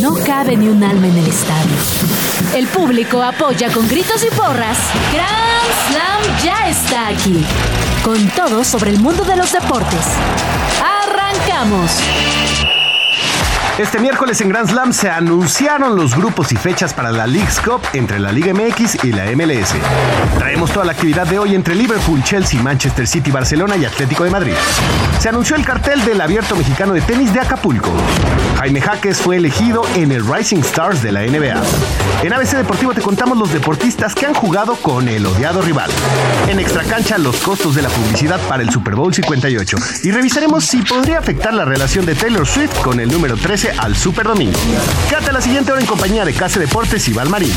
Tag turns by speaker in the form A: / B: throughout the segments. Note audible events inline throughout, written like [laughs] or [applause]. A: No cabe ni un alma en el estadio. El público apoya con gritos y porras. Grand Slam ya está aquí. Con todo sobre el mundo de los deportes. ¡Arrancamos!
B: Este miércoles en Grand Slam se anunciaron los grupos y fechas para la League's Cup entre la Liga MX y la MLS. Traemos toda la actividad de hoy entre Liverpool, Chelsea, Manchester City, Barcelona y Atlético de Madrid. Se anunció el cartel del Abierto Mexicano de Tenis de Acapulco. Jaime Jaques fue elegido en el Rising Stars de la NBA. En ABC Deportivo te contamos los deportistas que han jugado con el odiado rival. En Extra Cancha, los costos de la publicidad para el Super Bowl 58. Y revisaremos si podría afectar la relación de Taylor Swift con el número 13 al Super Domingo. Cata la siguiente hora en compañía de Case Deportes y Valmarín.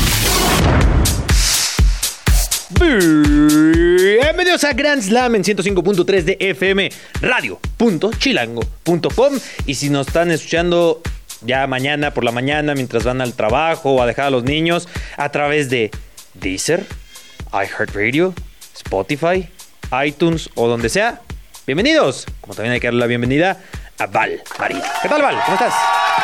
C: Bienvenidos a Grand Slam en 105.3 de FM, radio.chilango.com. Y si nos están escuchando ya mañana por la mañana, mientras van al trabajo o a dejar a los niños, a través de Deezer, iHeartRadio, Spotify, iTunes o donde sea, bienvenidos. Como también hay que darle la bienvenida a Val Marín. ¿Qué tal, Val? ¿Cómo estás?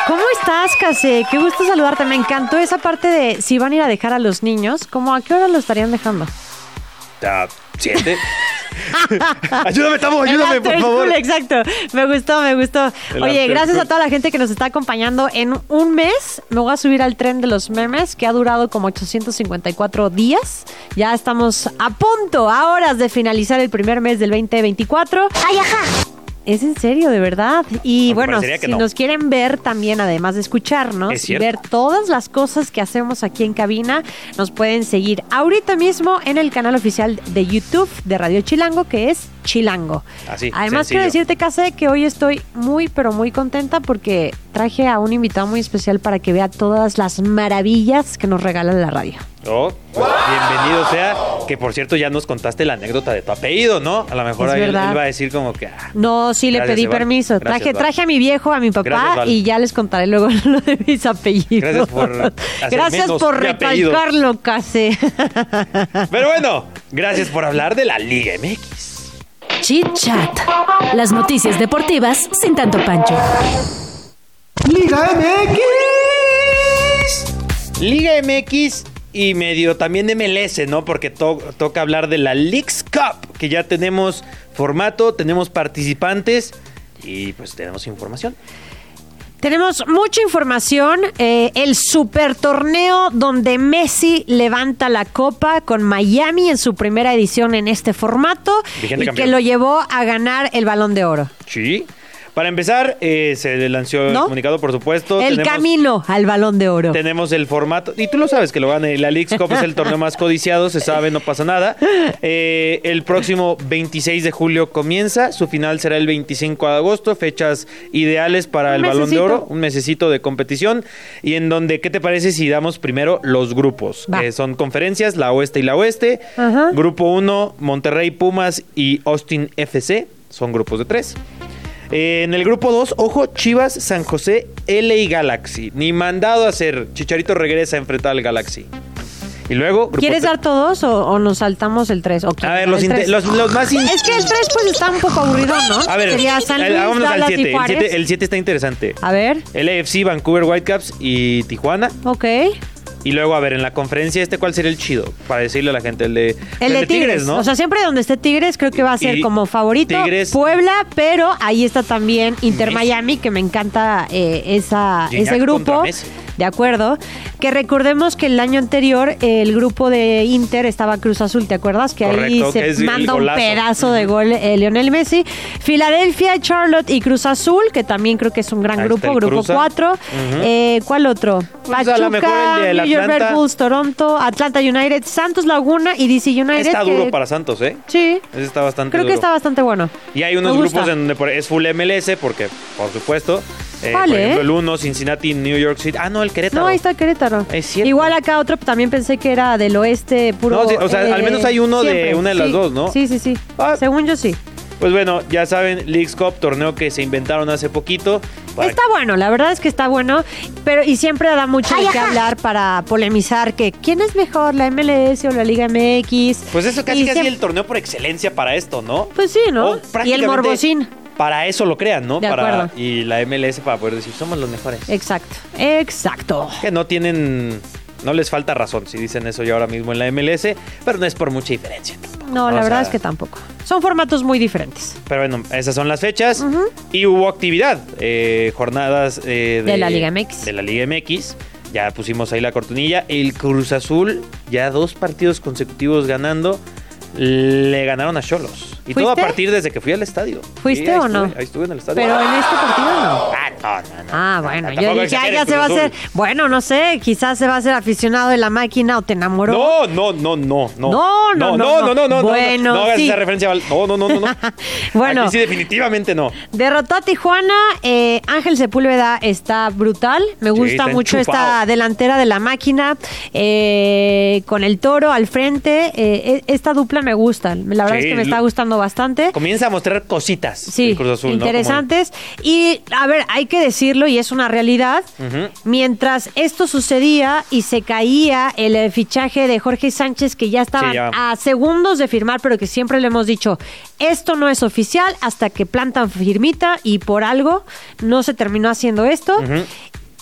D: ¿Cómo estás, Case? Qué gusto saludarte. Me encantó esa parte de si van a ir a dejar a los niños, ¿cómo a qué hora lo estarían dejando?
C: Ah, ¿Siete? [laughs] ayúdame, Tamo, ayúdame,
D: El
C: por
D: after
C: favor.
D: school, exacto. Me gustó, me gustó.
C: El
D: Oye,
C: after
D: gracias a
C: school.
D: toda la gente que nos está acompañando. En un mes me voy a subir al tren de los memes que ha durado como 854 días. Ya estamos a punto, a horas de finalizar el primer mes del 2024. Es en serio, de verdad. Y
C: Aunque
D: bueno,
C: parecería que
D: si
C: no.
D: nos quieren ver también, además de escucharnos,
C: Es
D: y
C: cierto.
D: ver todas las cosas que hacemos aquí en cabina, nos pueden seguir ahorita mismo en el canal oficial de YouTube de Radio Chilango, que es Chilango.
C: Así,
D: Además,
C: sencillo.
D: quiero decirte, Case, que hoy estoy muy, pero muy contenta porque traje a un invitado muy especial para que vea todas las maravillas que nos regala la radio.
C: Oh, bienvenido sea. Que por cierto, ya nos contaste la anécdota de tu apellido, ¿no? A lo mejor
D: Es
C: ahí él,
D: verdad.
C: él va a decir como que. ah,
D: No, sí le
C: Gracias,
D: pedí
C: Val.
D: permiso.
C: Gracias,
D: traje,
C: Val.
D: traje a mi viejo, a mi papá
C: Gracias, Val.
D: y ya les contaré luego [laughs] lo de mis apellidos.
C: Gracias por hacer
D: Gracias
C: menos
D: por
C: mi apellido.
D: recalcarlo, casi. [laughs]
C: Pero bueno, gracias por hablar de la Liga MX.
A: Chit Chat. Las noticias deportivas sin tanto pancho.
B: Liga MX.
C: Liga MX y medio también de MLS, ¿no? Porque to- toca hablar de la Leagues Cup, que ya tenemos formato, tenemos participantes y pues tenemos información.
D: Tenemos mucha información. eh, el super torneo donde Messi levanta la copa con Miami en su primera edición en este formato
C: Vigente
D: y
C: campeón.
D: que lo llevó a ganar el balón de oro.
C: Sí. Para empezar, eh, se lanzó el
D: ¿No?
C: comunicado, por supuesto.
D: el
C: Tenemos-
D: camino al balón de oro.
C: Tenemos el formato, y tú lo sabes que lo gana la Leagues Cup, es el torneo más codiciado, se sabe, no pasa nada. Eh, el próximo 26 de julio comienza, su final será el 25 de agosto, fechas ideales para
D: Un
C: el Balón de
D: mesecito.
C: Oro, un mesecito de competición, y en donde, ¿qué te parece si damos primero los grupos?
D: Va.
C: Que son conferencias, la Oeste y la Oeste.
D: Ajá.
C: Grupo 1, Monterrey Pumas y Austin FC, son grupos de tres. Eh, en el grupo 2, ojo, Chivas, San José, LA Galaxy. Ni mandado a hacer. Chicharito regresa a enfrentar al Galaxy. Y luego. grupo
D: ¿Quieres
C: tre-
D: dar todos o, o nos saltamos el 3?
C: A ver, los, inte- los, los más. in-
D: Es que el 3 pues está un poco aburrido, ¿no?
C: a ver,
D: Sería San
C: eh,
D: Luis,
C: vámonos al
D: Dallas y
C: 7. El
D: Juárez.
C: 7 está interesante.
D: A ver,
C: LAFC, Vancouver Whitecaps y Tijuana.
D: ok.
C: Y luego, a ver, en la conferencia, ¿este cuál sería el chido? Para decirle a la gente, el de,
D: El de Tigres, O sea, siempre donde esté Tigres creo que va a ser
C: Y
D: como favorito.
C: Tigres-
D: Puebla, pero ahí está también Inter
C: Messi.
D: Miami, que me encanta eh, esa,
C: Gignac
D: ese
C: contra
D: grupo.
C: Messi.
D: De acuerdo. Que recordemos que el año anterior el grupo de Inter estaba Cruz Azul, ¿te acuerdas? Que
C: Correcto,
D: ahí se
C: que es el
D: manda un
C: golazo.
D: pedazo de gol eh, Lionel Messi. Filadelfia, Charlotte y Cruz Azul, que también creo que es un gran
C: Ahí está
D: grupo,
C: el
D: grupo
C: Cruza.
D: 4.
C: Ujú.
D: Eh, ¿Cuál otro?
C: Pues a lo mejor el del
D: New York Red
C: Atlanta.
D: Bulls, Toronto, Atlanta United, Santos Laguna y DC United.
C: Está
D: que-
C: duro para Santos, ¿eh?
D: Sí.
C: Ese está bastante
D: Creo que
C: duro.
D: está bastante bueno.
C: Y hay unos
D: Me gusta.
C: grupos en donde por- es full MLS, porque, por supuesto, eh,
D: Vale,
C: por ejemplo,
D: ¿eh?
C: el 1, Cincinnati, New York City. Ah, no, el Querétaro.
D: No, ahí está Querétaro.
C: Es cierto.
D: Igual acá otro también pensé que era del oeste puro.
C: No, sí, o sea, al menos hay uno de una de las
D: Sí,
C: dos, ¿no?
D: Sí, sí, sí.
C: Ah.
D: Según yo sí.
C: Pues bueno, ya saben, Leagues Cup, torneo que se inventaron hace poquito. para-
D: Está bueno, la verdad es que está bueno, pero y siempre da mucho de qué hablar para polemizar que quién es mejor, la MLS o la Liga MX.
C: Pues eso
D: Y
C: casi casi
D: siempre-
C: el torneo por excelencia para esto, ¿no?
D: Pues sí,
C: O
D: ¿no? y el
C: prácticamente-
D: morbosín.
C: para eso lo crean, ¿no?
D: De
C: para,
D: acuerdo.
C: Y la MLS para poder decir, somos los mejores.
D: Exacto, exacto.
C: Que no tienen. No les falta razón si dicen eso ya ahora mismo en la MLS, pero no es por mucha diferencia. tampoco,
D: No,
C: O
D: la
C: sea,
D: verdad es que tampoco. Son formatos muy diferentes.
C: Pero bueno, esas son las fechas. Y hubo actividad. eh, jornadas eh,
D: De la Liga MX.
C: De la Liga MX. Ya pusimos ahí la cortinilla. El Cruz Azul, ya dos partidos consecutivos ganando. Le ganaron a Cholos. Y todo a
D: ¿Fuiste?
C: partir desde que fui al estadio.
D: ¿Fuiste
C: Sí, ahí
D: o no?
C: estuve, Ahí estuve en el estadio.
D: Pero en este partido no.
C: Ah, no, no, no.
D: Ah, bueno, yo
C: Tampoco
D: dije, "Ay,
C: exageres,
D: ya se
C: Cruz
D: va a
C: Azul".
D: ser. Bueno, no sé, quizás se va a ser aficionado de la máquina o te enamoró.
C: No, no, no, no, no.
D: No, no, no,
C: no, no, no, no, no.
D: Bueno,
C: no hagas
D: sí.
C: esa referencia. Val. No, no, no, no. no.
D: [laughs] Bueno.
C: Aquí sí, definitivamente no.
D: Derrotó a Tijuana, eh, Ángel Sepúlveda está brutal, me
C: Sí,
D: gusta
C: está
D: mucho esta
C: enchufado.
D: delantera de la máquina, eh, con el toro al frente, eh, e- esta dupla me gusta, la verdad
C: Sí,
D: es que me
C: lo-
D: está gustando bastante.
C: Comienza a mostrar cositas.
D: Sí,
C: el Cruz Azul, ¿no? Como-
D: interesantes. Y a ver, hay que decirlo y es una realidad.
C: Ujú.
D: Mientras esto sucedía y se caía el eh, fichaje de Jorge Sánchez, que ya estaban
C: ya.
D: a segundos de firmar, pero que siempre le hemos dicho, esto no es oficial hasta que plantan firmita y por algo no se terminó haciendo esto.
C: Ujú.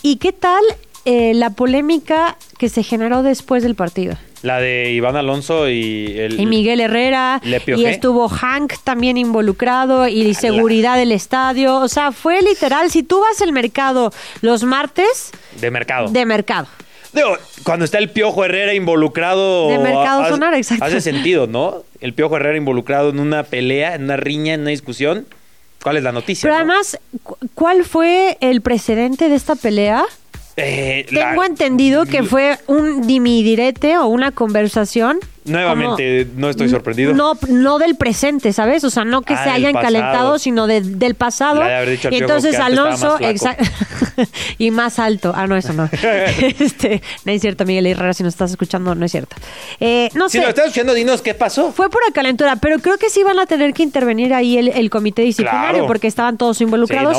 D: ¿Y qué tal eh, la polémica que se generó después del partido?
C: La de Iván Alonso y el.
D: Y Miguel Herrera.
C: Le piojé.
D: Y estuvo Hank también involucrado y seguridad del estadio. O sea, fue literal. Si tú vas al mercado los martes
C: De mercado.
D: de mercado.
C: Digo, cuando está el Piojo Herrera involucrado.
D: De Mercado
C: ha-
D: Sonora, exacto.
C: Hace sentido, ¿no? El Piojo Herrera involucrado en una pelea, en una riña, en una discusión. ¿Cuál es la noticia?
D: Pero
C: no?
D: además, cu- ¿cuál fue el precedente de esta pelea?
C: Eh, la-
D: Tengo entendido que fue un dimidirete o una conversación.
C: Nuevamente,
D: como-
C: no estoy sorprendido.
D: No, no del presente, ¿sabes? O sea, no que
C: Ah,
D: se
C: del
D: hayan
C: pasado.
D: calentado, sino de- del pasado.
C: Le ha de haber dicho al
D: y
C: Piojo
D: entonces
C: que antes
D: Alonso,
C: estaba más
D: exact- [laughs] y más alto. Ah, no,
C: [laughs]
D: eso no. este, no es cierto, Miguel Herrera, si nos estás escuchando, no es cierto. Eh, no
C: Si
D: sé.
C: lo estás escuchando, dinos qué pasó.
D: Fue por calentura, pero creo que sí van a tener que intervenir ahí el, el comité disciplinario
C: Claro.
D: porque estaban todos involucrados.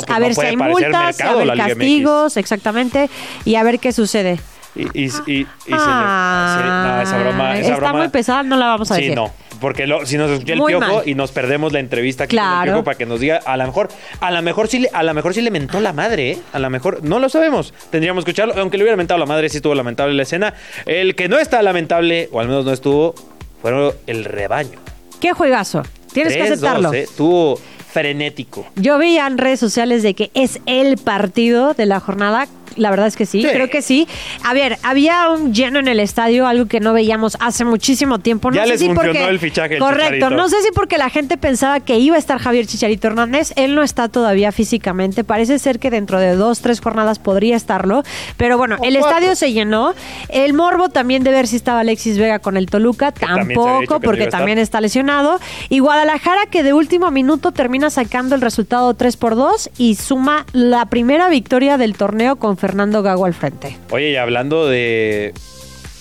C: Sí, no, pues
D: a
C: no
D: ver si
C: puede
D: hay
C: parecer
D: multas,
C: mercado
D: a
C: la
D: ver
C: Liga MX.
D: castigos, exactamente, y a ver qué sucede.
C: Y, y, y- y se le-
D: Ah,
C: sí, no, esa broma. esa
D: está
C: broma-
D: muy pesada, no la vamos a
C: sí,
D: decir.
C: no. Porque lo- si nos escucha el
D: Muy
C: piojo
D: mal.
C: y nos perdemos la entrevista aquí con el
D: Claro.
C: piojo para que nos diga, a lo mejor, a lo mejor sí le, a lo mejor sí le mentó la madre, ¿eh? a lo mejor, no lo sabemos. Tendríamos que escucharlo, aunque le hubiera mentado la madre, sí estuvo lamentable la escena. El que no está lamentable, o al menos no estuvo, fueron el rebaño.
D: Qué juegazo. Tienes que
C: 3-2,
D: aceptarlo.
C: ¿eh? Estuvo frenético.
D: Yo vi en redes sociales de que es el partido de la jornada. La verdad es que sí,
C: Sí.
D: creo que sí. A ver, había un lleno en el estadio, algo que no veíamos hace muchísimo tiempo. No
C: Ya
D: sé
C: les
D: si
C: funcionó
D: porque-
C: el fichaje del
D: Correcto,
C: Chicharito.
D: no sé si porque la gente pensaba que iba a estar Javier Chicharito Hernández. Él no está todavía físicamente. Parece ser que dentro de dos, tres jornadas podría estarlo. Pero bueno, el
C: cuatro.
D: estadio se llenó. El morbo también de ver si estaba Alexis Vega con el Toluca.
C: también se había dicho
D: Tampoco,
C: que no iba
D: porque
C: a estar.
D: también está lesionado. Y Guadalajara que de último minuto termina sacando el resultado 3 por 2 y suma la primera victoria del torneo con Fernando Gago al frente.
C: Oye, y hablando de.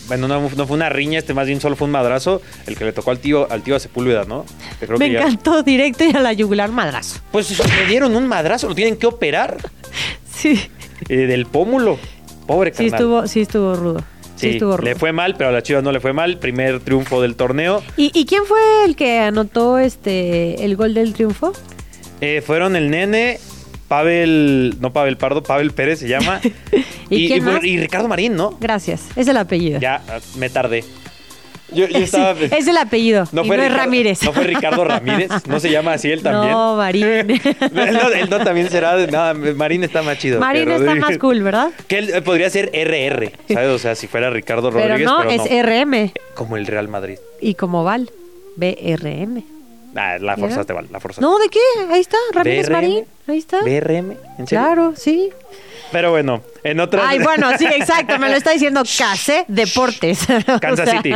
C: Bueno, no, no fue una riña, este más bien solo fue un madrazo, el que le tocó al tío, al tío a Sepúlveda, ¿no? Que creo
D: Me
C: que ya-
D: encantó directo y a la yugular madrazo.
C: Pues le dieron un madrazo, lo tienen que operar
D: Sí,
C: eh, del pómulo. Pobre
D: sí
C: carnal.
D: estuvo, sí estuvo rudo.
C: Sí,
D: Sí, estuvo rudo.
C: le fue mal, pero a las Chivas no le fue mal. Primer triunfo del torneo.
D: ¿Y, y quién fue el que anotó este el gol del triunfo?
C: Eh, fueron el nene, Pavel, no Pavel Pardo, Pavel Pérez se llama.
D: [laughs] ¿Y quién más?
C: y Ricardo Marín, ¿no?
D: Gracias, es el apellido.
C: Ya, ah, me tardé. Yo, yo
D: [laughs] Sí,
C: estaba...
D: es el apellido. y No,
C: fue
D: es
C: Ricardo-
D: Ramírez.
C: No fue Ricardo Ramírez, no se llama así él también.
D: [laughs]
C: [laughs]
D: No, Marín.
C: Él no, él no también será. de- No, Marín está más chido. que
D: Marín está
C: Rodríguez.
D: más cool, ¿verdad?
C: Que él eh, podría ser RR, ¿sabes? O sea, si fuera Ricardo
D: Pero
C: Rodríguez.
D: no, es RM.
C: Como el Real Madrid.
D: Y como Val, BRM.
C: Nah, la
D: ¿Ya?
C: forzaste, Val, la forzaste.
D: No, ¿de qué? Ahí está, Ramírez
C: BRM.
D: Marín. Ahí está.
C: BRM, ¿en serio?
D: Claro, sí.
C: Pero bueno, en otra.
D: Ay, bueno, sí,
C: [laughs]
D: exacto. Me lo está diciendo Case Deportes. [laughs] O
C: Kansas
D: sea,
C: City.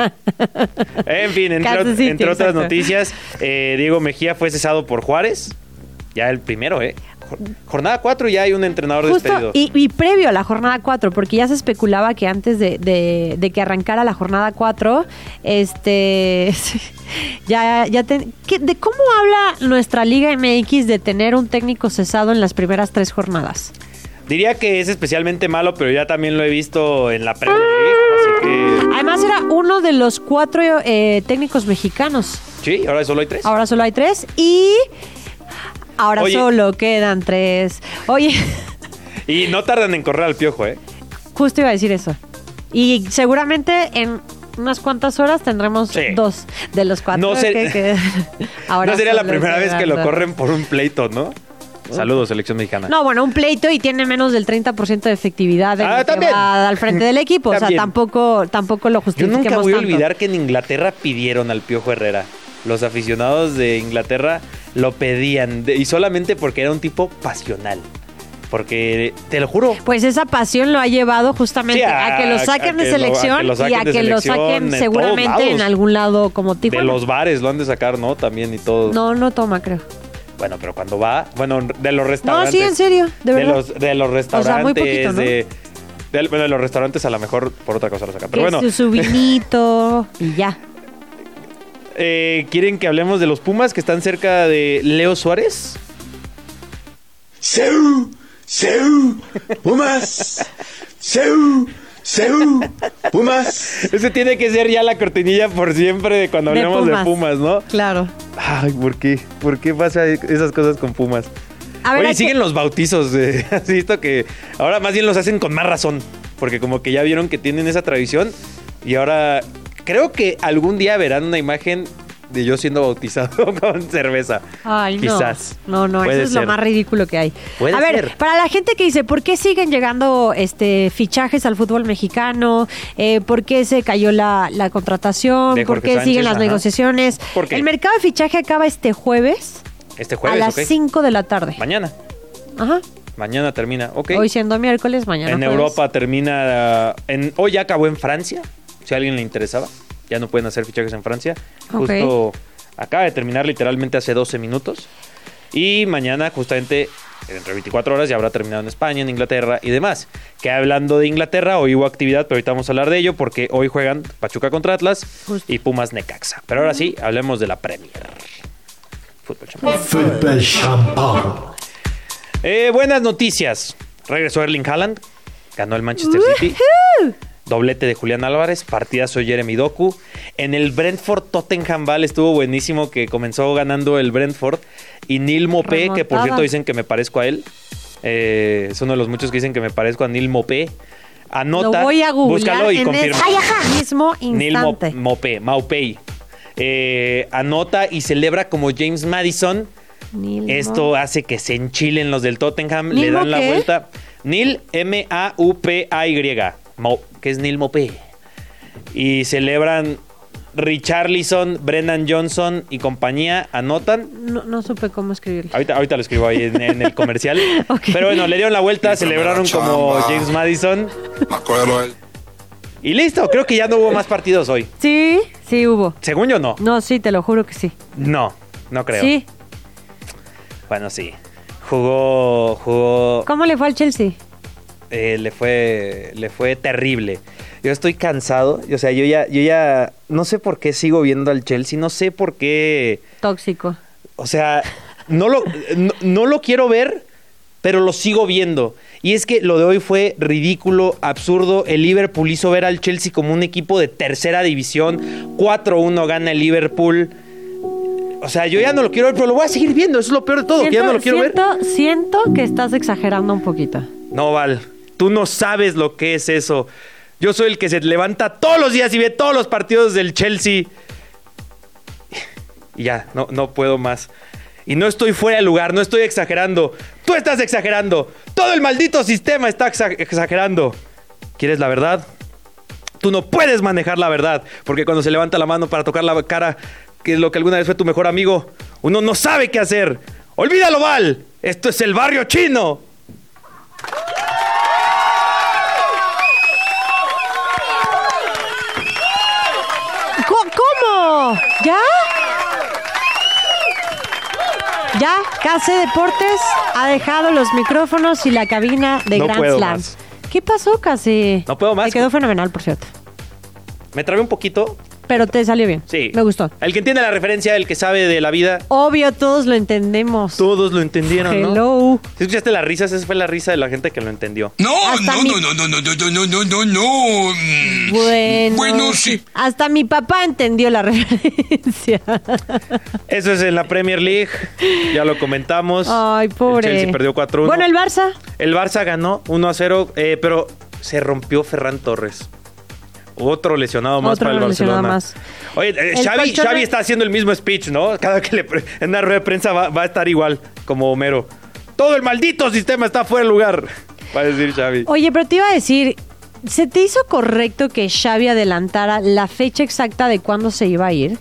C: En fin, entre,
D: Kansas
C: ot-
D: City,
C: entre otras
D: exacto.
C: noticias, eh, Diego Mejía fue cesado por Juárez. Ya el primero, ¿eh? Jor- Jornada 4 ya hay un entrenador
D: Justo,
C: despedido.
D: y, y previo a la jornada 4, porque ya se especulaba que antes de, de- de que arrancara la jornada 4, este. [laughs] Ya, ya te- ¿qué- ¿De cómo habla nuestra Liga MX de tener un técnico cesado en las primeras tres jornadas?
C: Diría que es especialmente malo, pero ya también lo he visto en la Premier League. Así que.
D: Además, era uno de los cuatro eh, técnicos mexicanos.
C: Sí, ahora solo hay tres.
D: Ahora solo hay tres. Y Ahora
C: Oye.
D: solo quedan tres. Oye, [laughs]
C: Y no tardan en correr al piojo, ¿eh?
D: justo iba a decir eso. Y seguramente en unas cuantas horas tendremos
C: Sí.
D: dos de los cuatro.
C: No sé-
D: que,
C: [laughs]
D: que- ahora
C: no sería la
D: solo
C: primera vez que lo
D: quedan-
C: corren por un pleito, ¿no? Saludos, selección mexicana.
D: No, bueno, un pleito y tiene menos del 30% de efectividad en
C: Ah,
D: lo que
C: también.
D: va al frente del equipo. O sea,
C: También.
D: tampoco, tampoco lo
C: Yo
D: justifiquemos
C: nunca voy a
D: tanto.
C: olvidar que en Inglaterra pidieron al Piojo Herrera. Los aficionados de Inglaterra lo pedían. de- y solamente porque era un tipo pasional. Porque, te lo juro.
D: Pues esa pasión lo ha llevado justamente
C: Sí,
D: a,
C: a-
D: que lo saquen
C: a
D: de
C: que lo- a que
D: selección
C: lo
D: y
C: saquen
D: a
C: de
D: que lo
C: selección en
D: saquen
C: todos
D: seguramente en
C: lados.
D: algún lado como
C: De
D: Tijuana.
C: los bares lo han de sacar, ¿no? También y todo.
D: No, no toma, creo.
C: Bueno, pero cuando va. Bueno, de los
D: No,
C: restaurantes.
D: sí, en serio, de verdad.
C: los, de los
D: O
C: restaurantes.
D: sea, muy poquito, ¿no?
C: de, del- bueno, de los restaurantes a lo mejor por otra cosa lo sacan. Pero
D: Que
C: bueno,
D: su,
C: [laughs]
D: su vinito y ya.
C: eh, ¿quieren que hablemos de los Pumas que están cerca de Leo
D: [laughs]
C: Suárez?
E: Seu, seu, Pumas. Seu, seu, Pumas.
C: Ese tiene que ser ya la cortinilla por siempre de cuando
D: De
C: hablemos
D: Pumas.
C: de Pumas, ¿no?
D: Claro.
C: Ay, ¿por qué? ¿Por qué pasa esas cosas con Pumas?
D: A ver,
C: Oye,
D: hay
C: siguen
D: que-
C: los bautizos. eh, [laughs] Has visto que ahora más bien los hacen con más razón. Porque como que ya vieron que tienen esa tradición. Y ahora creo que algún día verán una imagen de yo siendo bautizado [laughs] con cerveza.
D: Ay, no.
C: Quizás.
D: No, no,
C: Puede
D: eso es lo
C: ser.
D: más ridículo que hay.
C: Puede
D: a ver,
C: ser.
D: para la gente que dice, ¿por qué siguen llegando este fichajes al fútbol mexicano? Eh, ¿Por qué se cayó la, la contratación?
C: De
D: ¿Por
C: Jorge
D: qué siguen
C: Sánchez,
D: las
C: ajá.
D: negociaciones?
C: ¿Por qué?
D: El mercado de fichaje acaba este jueves,
C: Este jueves,
D: a las
C: ¿ok?
D: 5 de la tarde.
C: Mañana.
D: Ajá.
C: Mañana termina, ¿ok?
D: Hoy siendo miércoles, mañana.
C: en
D: jueves.
C: Europa termina. En, hoy ya acabó en Francia. Si a alguien le interesaba. Ya no pueden hacer fichajes en Francia.
D: Ok.
C: Justo acaba de terminar literalmente hace 12 minutos. Y mañana, justamente, entre 24 horas, ya habrá terminado en España, en Inglaterra y demás. Que hablando de Inglaterra, hoy hubo actividad, pero ahorita vamos a hablar de ello porque hoy juegan Pachuca contra Atlas
D: Justo.
C: y Pumas Necaxa. Pero ahora sí, hablemos de la Premier. Fútbol champán.
E: Fútbol champán.
C: Eh, buenas noticias. Regresó Erling Haaland. Ganó el Manchester City. Doblete de Julián Álvarez. Partidazo de Jeremy Doku. En el Brentford Tottenham Ball estuvo buenísimo que comenzó ganando el Brentford. Y Neil Mopé, que por
D: Remontada.
C: cierto dicen que me parezco a él. Eh, es uno de los muchos que dicen que me parezco a Neil Mopé. Anota.
D: Lo voy a googlear
C: búscalo y
D: en
C: confirma.
D: este mismo
C: Neil Mo-
D: instante.
C: Mopé, Maupay. Eh, anota y celebra como James Madison.
D: Neil Mo-
C: Esto hace que se enchilen los del Tottenham,
D: ¿Nil
C: le dan la
D: Mopé?
C: vuelta. Nil M-A-U-P-A-Y, Mo- que es Nil Mopé. Y celebran Richarlison, Brennan Johnson y compañía, anotan.
D: No, no supe cómo escribirlo.
C: Ahorita, ahorita lo escribo ahí en, en el comercial.
D: [laughs] Ok.
C: Pero bueno, le dieron la vuelta, celebraron como
E: Chamba.
C: James Madison.
E: Me acuerdo él.
C: Y listo, creo que ya no hubo más partidos hoy.
D: Sí, sí hubo.
C: Según yo, no.
D: No, sí, te lo juro que sí.
C: No, no creo.
D: Sí.
C: Bueno, sí. Jugó, jugó
D: ¿Cómo le fue al Chelsea?
C: eh, le fue le fue terrible. Yo estoy cansado, o sea, yo ya yo ya no sé por qué sigo viendo al Chelsea, no sé por qué,
D: Tóxico.
C: o sea, no lo no, no lo quiero ver, pero lo sigo viendo. Y es que lo de hoy fue ridículo, absurdo. El Liverpool hizo ver al Chelsea como un equipo de tercera división. 4-1 gana el Liverpool. O sea, yo ya no lo quiero ver, pero lo voy a seguir viendo. Eso es lo peor de todo, que ya no lo quiero ver.
D: siento, siento que estás exagerando un poquito.
C: No, Val, tú no sabes lo que es eso. Yo soy el que se levanta todos los días y ve todos los partidos del Chelsea. Y ya, no, no puedo más. Y no estoy fuera de lugar, no estoy exagerando. Tú estás exagerando. Todo el maldito sistema está exa- exagerando. ¿Quieres la verdad? Tú no puedes manejar la verdad, porque cuando se levanta la mano para tocar la cara, que es lo que alguna vez fue tu mejor amigo, uno no sabe qué hacer. Olvídalo, Val. Esto es el barrio chino.
D: Co- ¿Cómo? ¿Ya? Ya, Case Deportes ha dejado los micrófonos y la cabina de
C: No
D: Grand
C: puedo
D: Slam.
C: más.
D: ¿Qué pasó, Case?
C: No puedo más.
D: Te quedó fenomenal, por cierto.
C: Me trabé un poquito,
D: Pero te salió bien.
C: Sí.
D: Me gustó.
C: El que entiende la referencia, el que sabe de la vida,
D: Obvio, todos lo entendemos.
C: todos lo entendieron, ¿no?
D: Hello.
C: ¿Sí escuchaste las risas? Esa fue la risa de la gente que lo entendió.
E: No,
D: Hasta
E: no,
D: mi-
E: no, no, no, no, no, no, no, no, no. Mm.
D: Bueno,
E: Bueno, sí.
D: Hasta mi papá entendió la [laughs] referencia.
C: Eso es en la Premier League. Ya lo comentamos.
D: Ay, pobre.
C: El Chelsea perdió 4-1.
D: Bueno, el Barça.
C: El Barça ganó 1-0, eh, pero se rompió Ferran Torres. Otro lesionado más
D: Otro
C: para el Barcelona.
D: lesionado más.
C: Oye, eh,
D: El
C: Xavi,
D: colchón-
C: Xavi está haciendo el mismo speech, ¿no? Cada que le pre- en una rueda de prensa va, va a estar igual, como Homero. Todo el maldito sistema está fuera de lugar, va a decir Xavi.
D: Oye, pero te iba a decir, ¿se te hizo correcto que Xavi adelantara la fecha exacta de cuándo se iba a ir?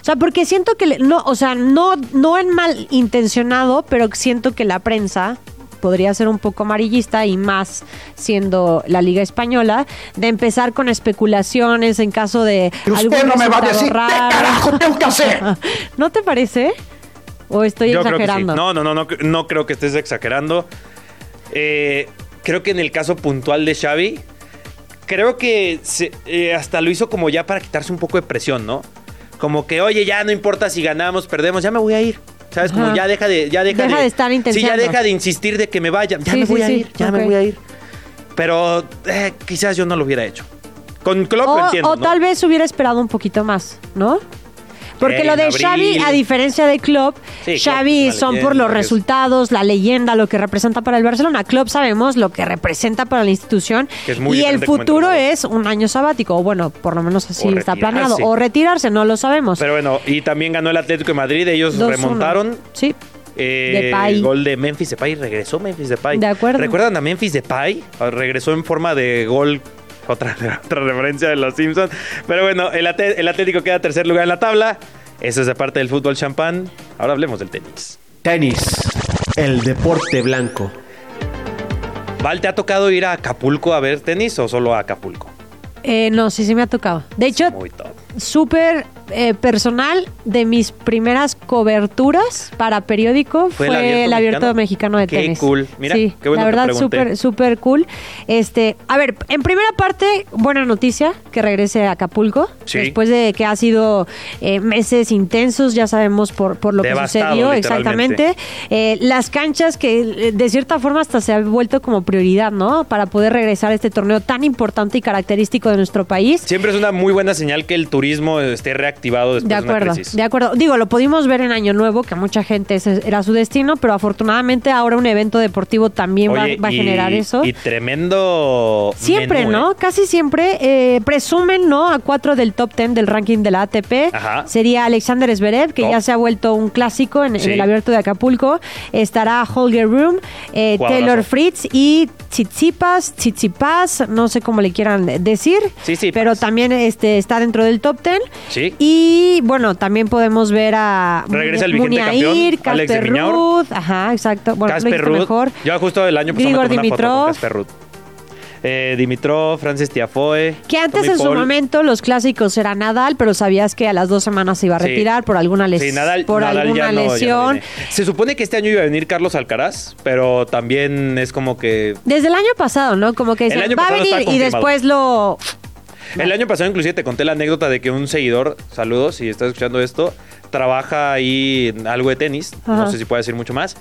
D: O sea, porque siento que le- no, o sea, no, no en mal intencionado, pero siento que la prensa podría ser un poco amarillista y más siendo la Liga Española, de empezar con especulaciones en caso de.
F: Y usted
D: algún
F: no me va a
D: resultado
F: decir qué
D: raro.
F: carajo tengo que hacer.
D: [laughs] ¿No te parece? ¿O estoy
C: Yo creo que sí.
D: exagerando?
C: No, no, no, no, no creo que estés exagerando. Eh, creo que en el caso puntual de Xavi, creo que se- eh, hasta lo hizo como ya para quitarse un poco de presión, ¿no? Como que, oye, ya no importa si ganamos, perdemos, ya me voy a ir. ¿Sabes? Como
D: Ajá.
C: ya deja de... Ya deja,
D: Deja de estar
C: Sí, ya
D: intenciando.
C: deja de insistir de que me vaya. Ya
D: Sí,
C: me
D: sí,
C: voy a
D: sí.
C: ir, ya me
D: Ok.
C: voy a ir. Pero eh, quizás yo no lo hubiera hecho. Con Klopp
D: O,
C: lo entiendo,
D: o
C: ¿no?
D: tal vez hubiera esperado un poquito más, ¿no? Porque
C: En
D: lo de
C: abril.
D: Xavi, a diferencia de Klopp,
C: Sí, Klopp
D: Xavi
C: es una
D: son
C: leyenda,
D: por los
C: es-
D: resultados, la leyenda, lo que representa para el Barcelona. Klopp sabemos lo que representa para la institución
C: Que es muy
D: y el
C: diferente como
D: futuro
C: entrenador.
D: es un año sabático, o bueno, por lo menos así
C: O
D: está
C: retirarse.
D: planeado, o retirarse, no lo sabemos.
C: Pero bueno, y también ganó el Atlético de Madrid, ellos
D: 2-1.
C: remontaron.
D: Sí.
C: Eh,
D: Depay.
C: el gol de Memphis Depay regresó Memphis Depay.
D: De acuerdo.
C: ¿Recuerdan a Memphis Depay? Ah, Regresó en forma de gol. Otra, [laughs] otra referencia de los Simpsons. Pero bueno, el, Ate- el Atlético queda tercer lugar en la tabla. Eso es de parte del fútbol champán. Ahora hablemos del tenis.
G: Tenis, el deporte blanco.
C: Val, ¿te ha tocado ir a Acapulco a ver tenis o solo a Acapulco?
D: Eh, no, sí, sí me ha tocado. De hecho,
C: Muy top.
D: súper eh, personal de mis primeras coberturas para periódico fue, el abierto, mexicano, de
C: Qué
D: tenis.
C: cool. Mira,
D: sí,
C: qué bueno
D: la
C: que
D: verdad
C: pregunté.
D: súper súper cool. Este, a ver, en primera parte buena noticia que regrese a Acapulco
C: Sí.
D: después de que ha sido eh, meses intensos, ya sabemos por por lo
C: Devastado,
D: que sucedió
C: literalmente.
D: exactamente. Eh, las canchas que eh, de cierta forma hasta se ha vuelto como prioridad, ¿no? Para poder regresar a este torneo tan importante y característico de nuestro país.
C: Siempre es una muy buena señal que el turismo esté reactivado después
D: De
C: de una
D: acuerdo,
C: crisis.
D: de acuerdo. Digo, lo pudimos ver en Año Nuevo, que mucha gente ese era su destino, pero afortunadamente ahora un evento deportivo también va-
C: Oye,
D: va, a
C: y-
D: generar eso.
C: Y tremendo.
D: Siempre,
C: menú, ¿eh?
D: ¿no? Casi siempre eh, presumen, ¿no? A cuatro del top ten del ranking de la ATP.
C: Ajá.
D: Sería Alexander Zverev, que
C: Top.
D: ya se ha vuelto un clásico en, en
C: Sí.
D: el abierto de Acapulco. Estará Holger Room,
C: Jugadorazo.
D: Taylor Fritz y Tsitsipas, Tsitsipas, no sé cómo le quieran decir.
C: Tsitsipas.
D: Pero también este, está dentro del top ten.
C: pues. Sí.
D: Y bueno, también podemos ver a
C: Regresa el vigente
D: Muniain,
C: campeón, Alex de
D: Casper
C: Minaur.
D: Ruud. Ajá, exacto. Bueno, lo
C: Casper
D: dijiste
C: Ruud.
D: mejor.
C: Yo justo el año pasado me
D: Grigor
C: tomé una foto
D: Dimitrov.
C: con Casper Ruud. Eh, Dimitrov, Francis Tiafoe.
D: Que antes
C: Tommy
D: en su
C: Paul.
D: momento los clásicos era Nadal, pero sabías que a las dos semanas se iba a
C: Sí.
D: retirar por alguna, les-
C: Sí, Nadal-
D: por
C: Nadal
D: alguna
C: ya no- ya no
D: lesión.
C: viene. Se supone que este año iba a venir Carlos Alcaraz, pero también es como que.
D: Desde el año pasado, ¿no? Como que
C: El
D: decían,
C: año
D: va a
C: pasado
D: venir
C: estaba
D: y
C: confirmado.
D: después lo...
C: El año pasado, inclusive, te conté la anécdota de que un seguidor, saludos si estás escuchando esto, trabaja ahí en algo de tenis. No
D: Ajá.
C: sé si puedo decir mucho más.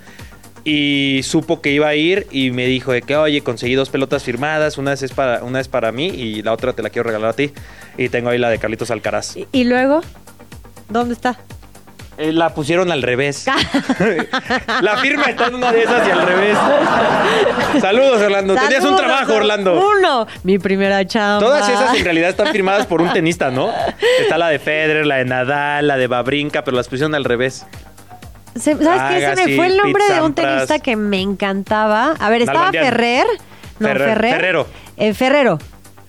C: Y supo que iba a ir y me dijo de que, oye, conseguí dos pelotas firmadas. Una es para, una es para mí y la otra te la quiero regalar a ti. Y tengo ahí la de Carlitos Alcaraz.
D: Y, y luego, ¿dónde está?
C: Eh, La pusieron al
D: [laughs]
C: revés. la firma está en una de esas y al
D: [laughs]
C: revés. Saludos, Orlando. Tenías un
D: Saludos,
C: trabajo,
D: ¿no?
C: Orlando.
D: Uno, mi primera chamba.
C: Todas esas en realidad están firmadas por un tenista, ¿no? Está la de Federer, la de Nadal, la de Babrinka, pero las pusieron al revés.
D: Se- ¿Sabes qué? Se
C: Agassi,
D: me fue el nombre de un
C: Pete Sampras.
D: tenista que me encantaba. A ver, estaba
C: Nalbandian.
D: Ferrer. No,
C: Ferrer-
D: Ferrer.
C: Ferrero.
D: Eh, Ferrero.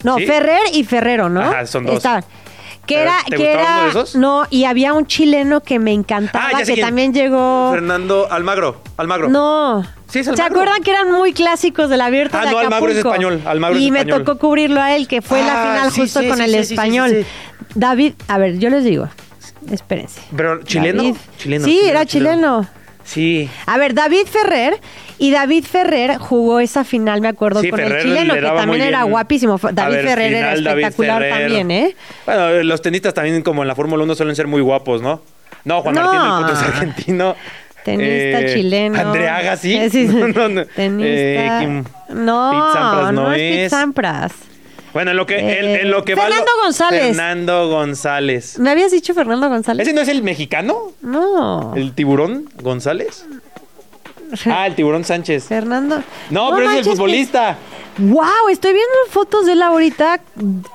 D: No,
C: ¿Sí?
D: Ferrer y Ferrero, ¿no?
C: Ajá, son dos.
D: Estaban. Que
C: Pero,
D: era,
C: ¿te
D: que
C: gustaba
D: era,
C: uno de esos?
D: no, y había un chileno que me encantaba,
C: Ah, ya sé
D: que
C: quién.
D: también llegó.
C: Fernando Almagro. Almagro.
D: No.
C: Sí, es
D: ¿Se
C: Almagro.
D: acuerdan que eran muy clásicos del abierto
C: Ah,
D: de
C: no,
D: Acapulco?
C: Almagro es español, Almagro es
D: y me
C: español.
D: tocó cubrirlo a él, que fue la
C: Ah,
D: final
C: sí,
D: justo
C: sí,
D: con
C: sí,
D: el
C: sí, sí, sí,
D: español.
C: sí.
D: David, a ver, yo les digo, espérense.
C: Pero chileno.
D: David.
C: chileno
D: sí,
C: chileno,
D: era chileno.
C: Sí.
D: A ver, David Ferrer. Y David Ferrer jugó esa final, me acuerdo,
C: Sí,
D: con
C: Ferrer
D: el chileno,
C: le
D: que
C: daba muy
D: también era
C: bien.
D: guapísimo. F-
C: A
D: David
C: ver,
D: Ferrer era
C: final, David
D: espectacular
C: Ferrer.
D: también, ¿eh?
C: Bueno, los tenistas también, como en la Fórmula 1, suelen ser muy guapos, ¿no? No, Juan
D: No.
C: Martín del Potro es argentino.
D: Tenista
C: Eh,
D: chileno.
C: Andrea Agassi.
D: Eh, [laughs] sí,
C: [laughs]
D: sí.
C: No, no.
D: Tenista.
C: Eh, Kim-
D: no,
C: Pete Sampras
D: no,
C: no
D: es Pete
C: es.
D: Sampras.
C: Bueno, en lo que, en,
D: Eh,
C: en lo que va lo-
D: Fernando González.
C: Fernando González.
D: ¿Me habías dicho Fernando González?
C: ¿Ese no es el mexicano?
D: No.
C: ¿El tiburón González? Ah, el tiburón Sánchez.
D: Fernando.
C: No, pero es
D: manches,
C: el futbolista.
D: Wow, estoy viendo fotos de él ahorita.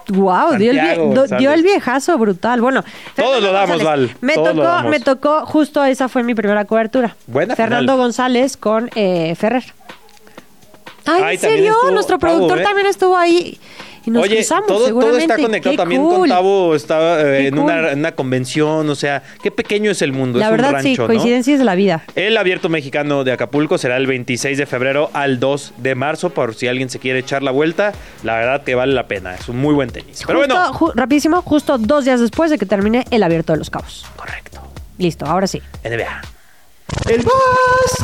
D: Wow, dio el, vie-
C: Santiago
D: do-
C: González.
D: dio el viejazo brutal. Bueno,
C: Todos
D: Fernando
C: lo damos,
D: González.
C: Val,
D: Me
C: todos
D: tocó,
C: lo damos.
D: me tocó justo esa fue mi primera cobertura.
C: Buena
D: Fernando
C: final.
D: González con eh, Ferrer. Ay,
C: Ay,
D: ¿en
C: también
D: serio?
C: estuvo
D: Nuestro
C: Tavo,
D: productor
C: ¿eh?
D: también estuvo ahí y nos
C: Oye,
D: cruzamos
C: todo, todo
D: seguramente.
C: está conectado
D: Qué
C: también con
D: cool.
C: Tavo. Estaba eh,
D: Qué
C: en, una,
D: cool.
C: en una convención, o sea, qué pequeño es el mundo.
D: La
C: es
D: verdad
C: un rancho,
D: sí,
C: ¿no?
D: coincidencias de la vida.
C: El abierto mexicano de Acapulco será el 26 de febrero al 2 de marzo, por si alguien se quiere echar la vuelta. La verdad que vale la pena, es un muy buen tenis. Pero
D: Justo,
C: bueno,
D: ju- rapidísimo, justo dos días después de que termine el Abierto de los Cabos.
C: correcto.
D: Listo, ahora sí.
C: NBA.
G: El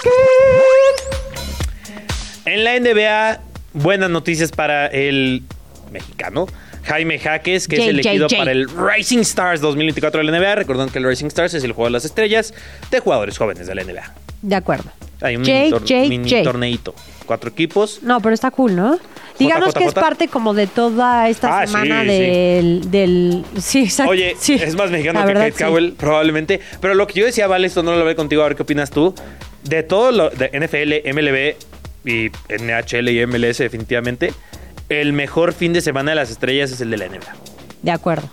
G: básquet.
C: En la NBA, buenas noticias para el mexicano. Jaime Jaques, que es
D: JJJ.
C: elegido para el Rising Stars 2024 de la NBA. Recordando que el Rising Stars es el juego de las estrellas de jugadores jóvenes de la NBA.
D: De acuerdo.
C: Hay un
D: J,
C: tor-
D: J,
C: mini
D: J.
C: torneito. Cuatro equipos.
D: No, pero está cool, ¿no? Digamos
C: Jota,
D: que es
C: Jota.
D: parte como de toda esta
C: Ah, sí,
D: semana
C: sí.
D: del, del... Sí, exacto.
C: Oye,
D: [laughs] sí.
C: es más mexicano
D: La
C: que
D: verdad,
C: Kate
D: sí.
C: Cowell, probablemente. Pero lo que yo decía, Vale, esto no lo veo contigo, a ver qué opinas tú. De todo lo de NFL, MLB y NHL y MLS, definitivamente, el mejor fin de semana de las estrellas es el de la NBA.
D: De acuerdo.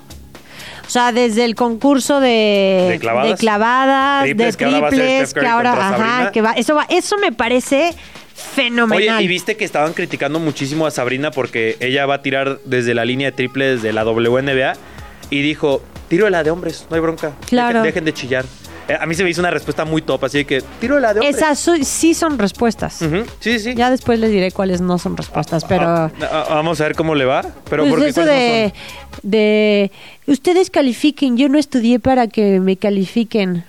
D: O sea, desde el concurso de,
C: De clavadas.
D: de clavadas,
C: Triples,
D: de
C: que ahora va a ser
D: triples,
C: Steph Curry
D: que ahora,
C: contra Sabrina.
D: ajá, que va, eso va, eso me parece fenomenal.
C: Oye, y viste que estaban criticando muchísimo a Sabrina porque ella va a tirar desde la línea de triples de la WNBA y dijo, tiro de la de hombres, no hay bronca.
D: Claro.
C: Dejen, dejen de chillar. Eh, A mí se me hizo una respuesta muy top, así que tiro de la de hombres.
D: Esas so- sí son respuestas.
C: Ujú, Sí, sí, sí.
D: Ya después les diré cuáles no son respuestas, pero
C: Ah, ah, vamos a ver cómo le va. Pero
D: pues
C: ¿por qué?
D: eso
C: ¿Cuáles no
D: de,
C: son?
D: de ustedes califiquen, yo no estudié para que me califiquen.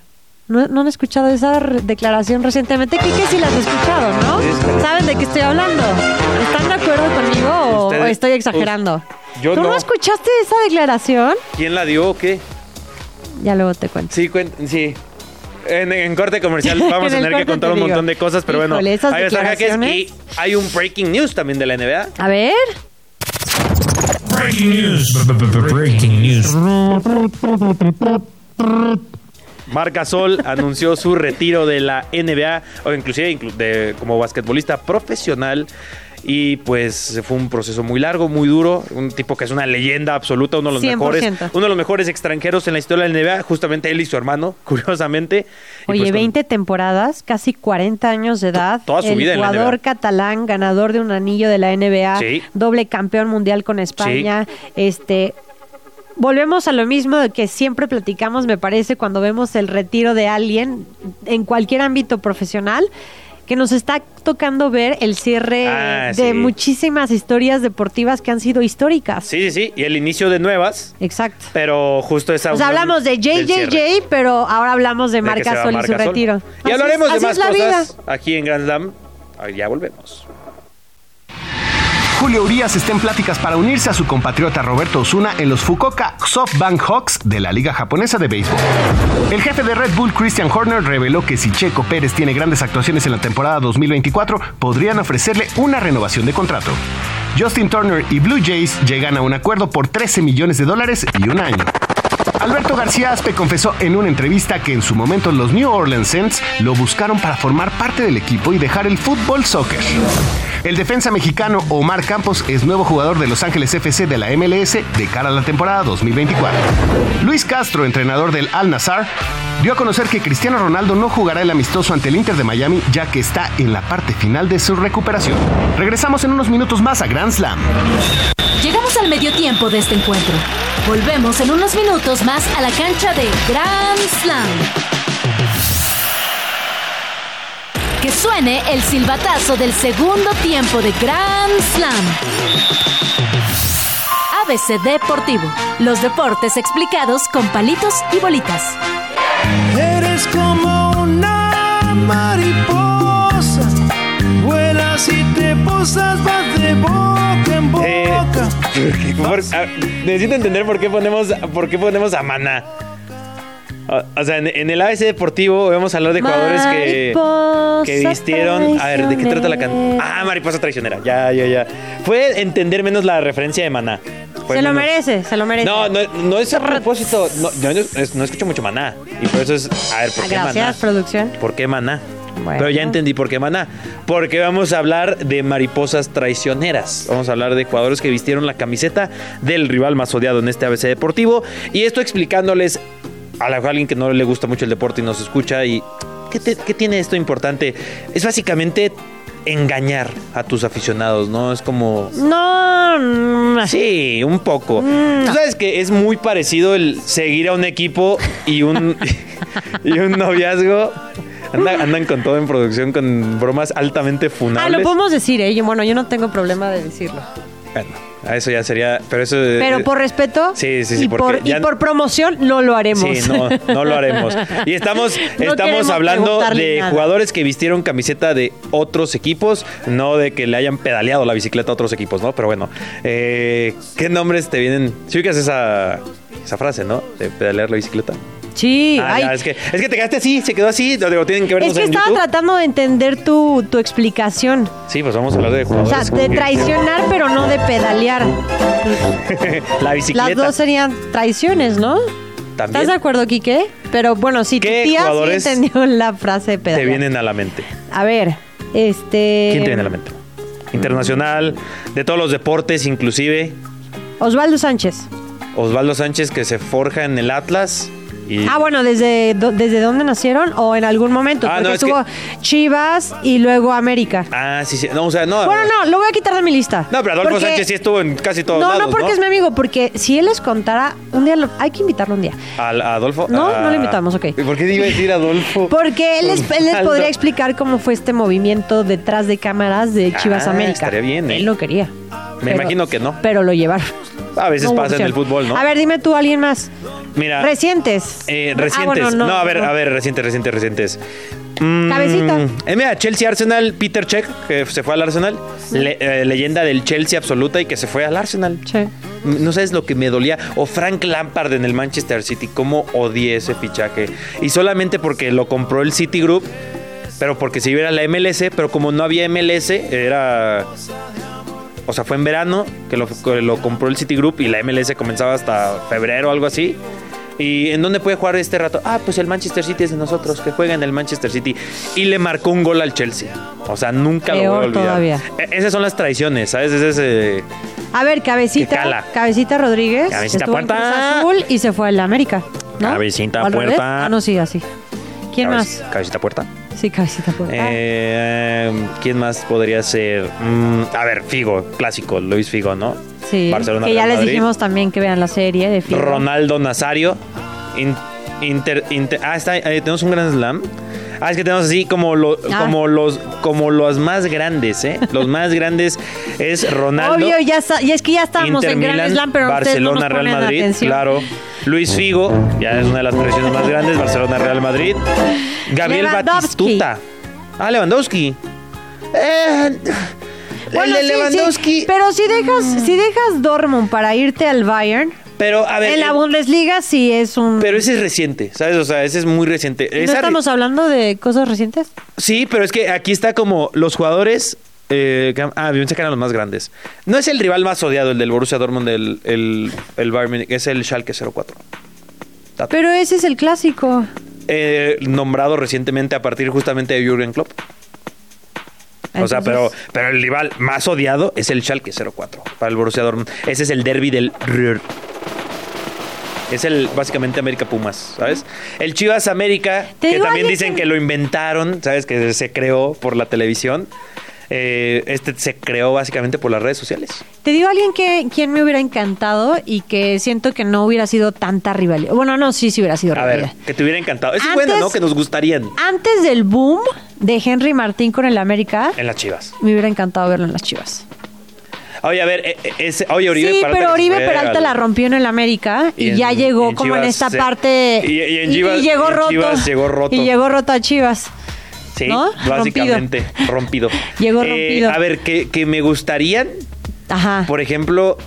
D: No, no han escuchado esa re- declaración recientemente. que sí la has escuchado, ¿no? ¿Saben de qué estoy hablando? ¿Están de acuerdo conmigo o,
C: Ustedes-
D: o estoy exagerando?
C: Us- yo
D: ¿Tú no.
C: no.
D: escuchaste esa declaración?
C: ¿Quién la dio o qué?
D: Ya luego te cuento.
C: Sí, cuen- sí. En, en corte comercial vamos
D: [laughs]
C: a
D: En el
C: tener que
D: corte
C: contar
D: te
C: un
D: digo.
C: montón de cosas, pero
D: Híjole,
C: bueno,
D: esas
C: ahí está Jaques
D: declaraciones.
C: y hay un breaking news también de la NBA.
D: A ver.
E: Breaking news. Breaking news.
C: Marc
D: [laughs]
C: Gasol anunció su retiro de la NBA o inclusive inclu- de- como basquetbolista profesional y pues fue un proceso muy largo, muy duro, un tipo que es una leyenda absoluta, uno de los
D: 100%.
C: mejores, uno de los mejores extranjeros en la historia de la NBA, justamente él y su hermano, [laughs] curiosamente. Y,
D: Oye,
C: pues, con-
D: 20 temporadas, casi 40 años de edad.
C: toda su
D: el
C: vida en la
D: jugador
C: NBA.
D: catalán, ganador de un anillo de la NBA,
C: Sí.
D: doble campeón mundial con España. Este, volvemos a lo mismo de que siempre platicamos, me parece, cuando vemos el retiro de alguien en cualquier ámbito profesional. Que nos está tocando ver el cierre
C: Ah, sí.
D: de muchísimas historias deportivas que han sido históricas.
C: Sí, sí, sí, y el inicio de nuevas,
D: Exacto.
C: pero justo esa
D: O sea, Pues hablamos de
C: del cierre,
D: JJJ, pero ahora hablamos de
C: de que
D: Marc
C: se va
D: Gasol y
C: Marc
D: su
C: Gasol.
D: retiro.
C: Y hablaremos
D: así
C: de
D: es
C: más
D: la
C: cosas
D: vida.
C: aquí en Grand Slam. Ah, Ya volvemos.
B: Julio Urias está en pláticas para unirse a su compatriota Roberto Osuna en los Fukuoka SoftBank Hawks de la Liga Japonesa de Béisbol. El jefe de Red Bull, Christian Horner, reveló que si Checo Pérez tiene grandes actuaciones en la temporada 2024, podrían ofrecerle una renovación de contrato. Justin Turner y Blue Jays llegan a un acuerdo por 13 millones de dólares y un año. Alberto García Aspe confesó en una entrevista que en su momento los New Orleans Saints lo buscaron para formar parte del equipo y dejar el fútbol soccer. El defensa mexicano Omar Campos es nuevo jugador de Los Ángeles FC de la MLS de cara a la temporada 2024. Luis Castro, entrenador del Al Nazar, dio a conocer que Cristiano Ronaldo no jugará el amistoso ante el Inter de Miami ya que está en la parte final de su recuperación. Regresamos en unos minutos más a Grand Slam.
A: Llegamos al medio tiempo de este encuentro. Volvemos en unos minutos más a la cancha de Grand Slam. Que suene el silbatazo del segundo tiempo de Grand Slam. ABC Deportivo. Los deportes explicados con palitos y bolitas.
F: Eres como una mariposa, vuelas y te posas, vas de boca en boca.
C: Eh, [laughs] por- ah, necesito entender por qué ponemos, por qué ponemos a Maná. O- O sea, en, en el ABC Deportivo vamos a hablar de jugadores que,
D: Mariposa
C: que vistieron. A ver, ¿de qué trata la canción?
D: traicionera.
C: Ah, Mariposa Traicionera. Ya, ya, ya. Fue entender menos la referencia de Maná. Fue
D: Se lo
C: menos-
D: merece, se lo merece.
C: Pues No, no, no es a propósito. No, yo no, es- no escucho mucho Maná. Y por eso es. A ver, ¿por qué
D: Gracias,
C: Maná?
D: producción.
C: ¿Por qué Maná?
D: Bueno.
C: Pero ya entendí por qué Maná. Porque vamos a hablar de mariposas traicioneras. Vamos a hablar de jugadores que vistieron la camiseta del rival más odiado en este ABC deportivo. Y esto explicándoles a lo mejor alguien que no le gusta mucho el deporte y nos escucha. y ¿qué, te- qué tiene esto importante? Es básicamente engañar a tus aficionados, ¿no? Es como...
D: No, [laughs] mm,
C: Sí, un poco. Tú sabes que es muy parecido el seguir a un equipo y un, [laughs] y un noviazgo. Anda- andan con todo en producción, con bromas altamente
D: Ah,
C: funables.
D: lo podemos decir, ¿eh? Yo- Bueno, yo no tengo problema de decirlo.
C: Bueno, a eso ya sería. Pero eso. eh,
D: Pero
C: eh,
D: por respeto
C: Sí, sí, sí,
D: y,
C: porque
D: por, y
C: ya-
D: por promoción no lo haremos.
C: Sí, no, no lo haremos. Y estamos,
D: [laughs] No queremos
C: estamos hablando
D: preguntarle
C: de
D: nada.
C: jugadores que vistieron camiseta de otros equipos, no de que le hayan pedaleado la bicicleta a otros equipos, ¿no? Pero bueno, eh, ¿qué nombres te vienen? Si ubicas esa, esa frase, ¿no? De pedalear la bicicleta.
D: Sí,
C: Ah,
D: ay,
C: ya, es, que, es que te quedaste así, se quedó así. Lo digo, tienen que vernos
D: es que
C: en
D: estaba
C: YouTube.
D: tratando de entender tu, tu explicación.
C: Sí, pues vamos a hablar de
D: O
C: jugadores.
D: sea, de
C: que-
D: traicionar, pero no de pedalear.
C: La
D: Las
C: bicicleta.
D: dos serían traiciones, ¿no?
C: También.
D: ¿Estás de acuerdo, Quique? Pero bueno, sí, tu
C: ¿Qué
D: tía sí
C: jugadores
D: entendió la frase de
C: Te
D: pedalear.
C: vienen a la mente.
D: A ver, este...
C: ¿Quién te viene a la mente?
D: Mm.
C: Internacional, de todos los deportes, inclusive.
D: Osvaldo Sánchez.
C: Osvaldo Sánchez que se forja en el Atlas. Y
D: Ah, bueno, ¿desde, do- ¿desde dónde nacieron? ¿O en algún momento?
C: Ah,
D: Porque
C: no, es
D: estuvo Chivas y luego América.
C: Ah, sí, sí. No, o sea, no.
D: Bueno, no, lo voy a quitar de mi lista.
C: No, pero Adolfo
D: Porque-
C: Sánchez sí estuvo en casi todos
D: no,
C: lados,
D: no, porque es mi amigo, porque si él les contara, un día lo- hay que invitarlo un día.
C: Al- a Adolfo?
D: No,
C: Ah.
D: no lo invitamos, ok.
C: ¿Y por qué iba a decir Adolfo?
D: Porque él les, él les
C: Osvaldo.
D: podría explicar cómo fue este movimiento detrás de cámaras de Chivas
C: Ah,
D: América.
C: estaría bien, ¿eh?
D: Él lo quería.
C: Me imagino que no.
D: Pero lo llevaron.
C: A veces
D: No hubo
C: pasa en
D: opción.
C: el fútbol, ¿no?
D: A ver, dime tú, alguien más.
C: Mira.
D: Recientes.
C: Eh,
D: Ah,
C: recientes.
D: bueno,
C: no, a ver, a ver, recientes, recientes, recientes. Mm,
D: Cabecita.
C: eh, mira, Chelsea Arsenal, Peter Check, que se fue al Arsenal. le- eh, leyenda del Chelsea absoluta y que se fue al Arsenal.
D: Sí.
C: No sabes lo que me dolía. O Frank Lampard en el Manchester City. Cómo odié ese fichaje. Y solamente porque lo compró el Citigroup. Pero porque si hubiera la MLS. Pero como no había MLS, era. O sea, fue en verano que lo, que lo compró el Citigroup y la MLS comenzaba hasta febrero o algo así. ¿Y en dónde puede jugar este rato? Ah, pues el Manchester City es de nosotros, que juega en el Manchester City. Y le marcó un gol al Chelsea. O sea, nunca lo voy
D: Peor
C: a olvidar.
D: todavía.
C: E- Esas son las traiciones, ¿sabes? Ese es, eh,
D: A ver,
C: Que
D: Cabecita,
C: cala.
D: Cabecita Rodríguez.
C: Cabecita
D: estuvo en
C: Puerta.
D: Cruz Azul y se fue al América. ¿no?
C: Cabecita
D: ¿O al revés?
C: Puerta.
D: Ah, no, sí, así. ¿Quién
C: cabe-
D: más?
C: Cabecita puerta.
D: Sí, Cabecita Puerta.
C: Eh, ¿Quién más podría ser? Mm, a ver, Figo, clásico, Luis Figo, ¿no?
D: sí.
C: Barcelona,
D: que ya
C: Real
D: les
C: Madrid.
D: dijimos también que vean la serie de Figo.
C: Ronaldo Nazario. In- Inter, Inter- ah, está, eh, tenemos un gran slam. Ah, es que tenemos así como, lo-
D: Ah.
C: como los como los más grandes, ¿eh? Los más grandes es Ronaldo.
D: Obvio, ya, está- y es que ya estábamos
C: Inter
D: en Gran
C: Milan,
D: Slam, pero ustedes no
C: Barcelona,
D: nos ponen
C: Real Madrid,
D: atención.
C: claro. Luis Figo, ya es una de las presiones más grandes, Barcelona, Real Madrid. Gabriel
D: Lewandowski.
C: Batistuta. Ah, Lewandowski. Eh,
D: Bueno,
C: el de
D: sí, sí,
C: Lewandowski.
D: pero si dejas, si dejas Dortmund para irte al Bayern,
C: Pero, a ver,
D: en la
C: eh,
D: Bundesliga sí es un...
C: pero ese es reciente, ¿sabes? O sea, ese es muy reciente.
D: ¿No
C: Esa re-
D: estamos hablando de cosas recientes?
C: Sí, pero es que aquí está como los jugadores. Eh, que- ah, bien sacan a los más grandes. No es el rival más odiado, el del Borussia Dortmund, el, el, el Bayern Múnich, es el Schalke 04.
D: Pero ese es el clásico.
C: Eh, nombrado recientemente a partir justamente de Jürgen Klopp. O sea,
D: Entonces-
C: pero, pero el rival más odiado es el Schalke 04 para el Borussia Dortmund. Ese es el derby del Ruhr. Es el básicamente América Pumas, ¿sabes? El Chivas América,
D: Te
C: que
D: digo,
C: también
D: alguien
C: dicen
D: que-
C: que lo inventaron, ¿sabes? Que se creó por la televisión. Eh, este se creó básicamente por las redes sociales.
D: Te digo a alguien que quien me hubiera encantado y que siento que no hubiera sido tanta rivalidad. Bueno, no, sí, sí hubiera sido
C: A ver,
D: rivalidad.
C: que te hubiera encantado. Esa es
D: Antes-
C: buena, ¿no? Que nos gustarían
D: Antes del boom de Henry Martín con el América,
C: en las Chivas.
D: me hubiera encantado verlo en las Chivas.
C: Oye, a ver, eh, eh, ese- oye, Oribe
D: sí,
C: Peralta que
D: pero
C: se
D: Oribe
C: fue
D: Peralta
C: al-
D: la rompió en el América y,
C: Y en-
D: ya llegó
C: y en
D: como en
C: Chivas
D: esta
C: se-
D: parte
C: y- y en Chivas-
D: llegó
C: y en
D: roto
C: Chivas llegó roto.
D: y llegó roto a Chivas.
C: Sí,
D: ¿no?
C: básicamente. Rompido.
D: [laughs] Llegó
C: Eh,
D: rompido.
C: a ver, que, que me gustarían,
D: Ajá.
C: por ejemplo,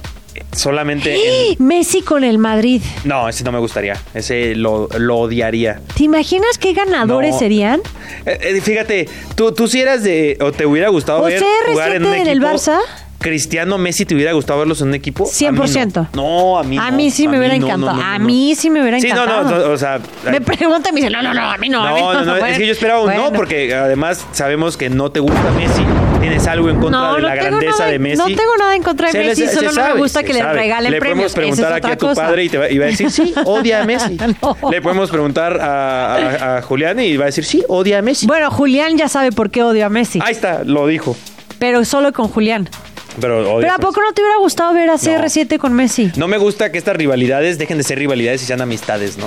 C: solamente en-
D: [gasps] Messi con el Madrid.
C: No, ese no me gustaría. Ese lo, lo odiaría.
D: ¿Te imaginas qué ganadores
C: No.
D: serían?
C: Eh, eh, fíjate, tú, tú si eras de. o te hubiera gustado
D: O
C: ver
D: CR7
C: jugar en un
D: en el
C: equipo.
D: Barça.
C: Cristiano Messi, ¿te hubiera gustado verlos en un equipo? A mí
D: 100%.
C: no. No, a mí no.
D: A mí sí me hubiera
C: no, no,
D: encantado.
C: no, no,
D: A
C: no.
D: mí sí me hubiera encantado.
C: Sí, no, no, o sea...
D: Me pregunta y me dice, no, no, no, a mí no. a mí
C: No, no, no, es
D: Bueno,
C: que yo esperaba un no,
D: bueno.
C: porque además sabemos que no te gusta Messi. Tienes algo en contra
D: No,
C: de
D: no
C: la
D: tengo
C: grandeza
D: nada-
C: de Messi.
D: no tengo nada en contra de
C: le-
D: Messi, solo no me gusta
C: se
D: que le regalen
C: Le
D: premios,
C: podemos
D: esa
C: preguntar
D: es otra
C: aquí a tu
D: cosa.
C: padre y te va, y va a decir, sí, odia a Messi.
D: [laughs] No.
C: Le podemos preguntar a, a- a Julián y va a decir, sí, odia a Messi.
D: Bueno, Julián ya sabe por qué odio a Messi,
C: Ahí está, lo dijo.
D: pero solo con Julián.
C: Pero, odia
D: ¿Pero a
C: Messi.
D: poco no te hubiera gustado ver a CR7 con Messi?
C: No me gusta que estas rivalidades dejen de ser rivalidades y sean amistades, ¿no?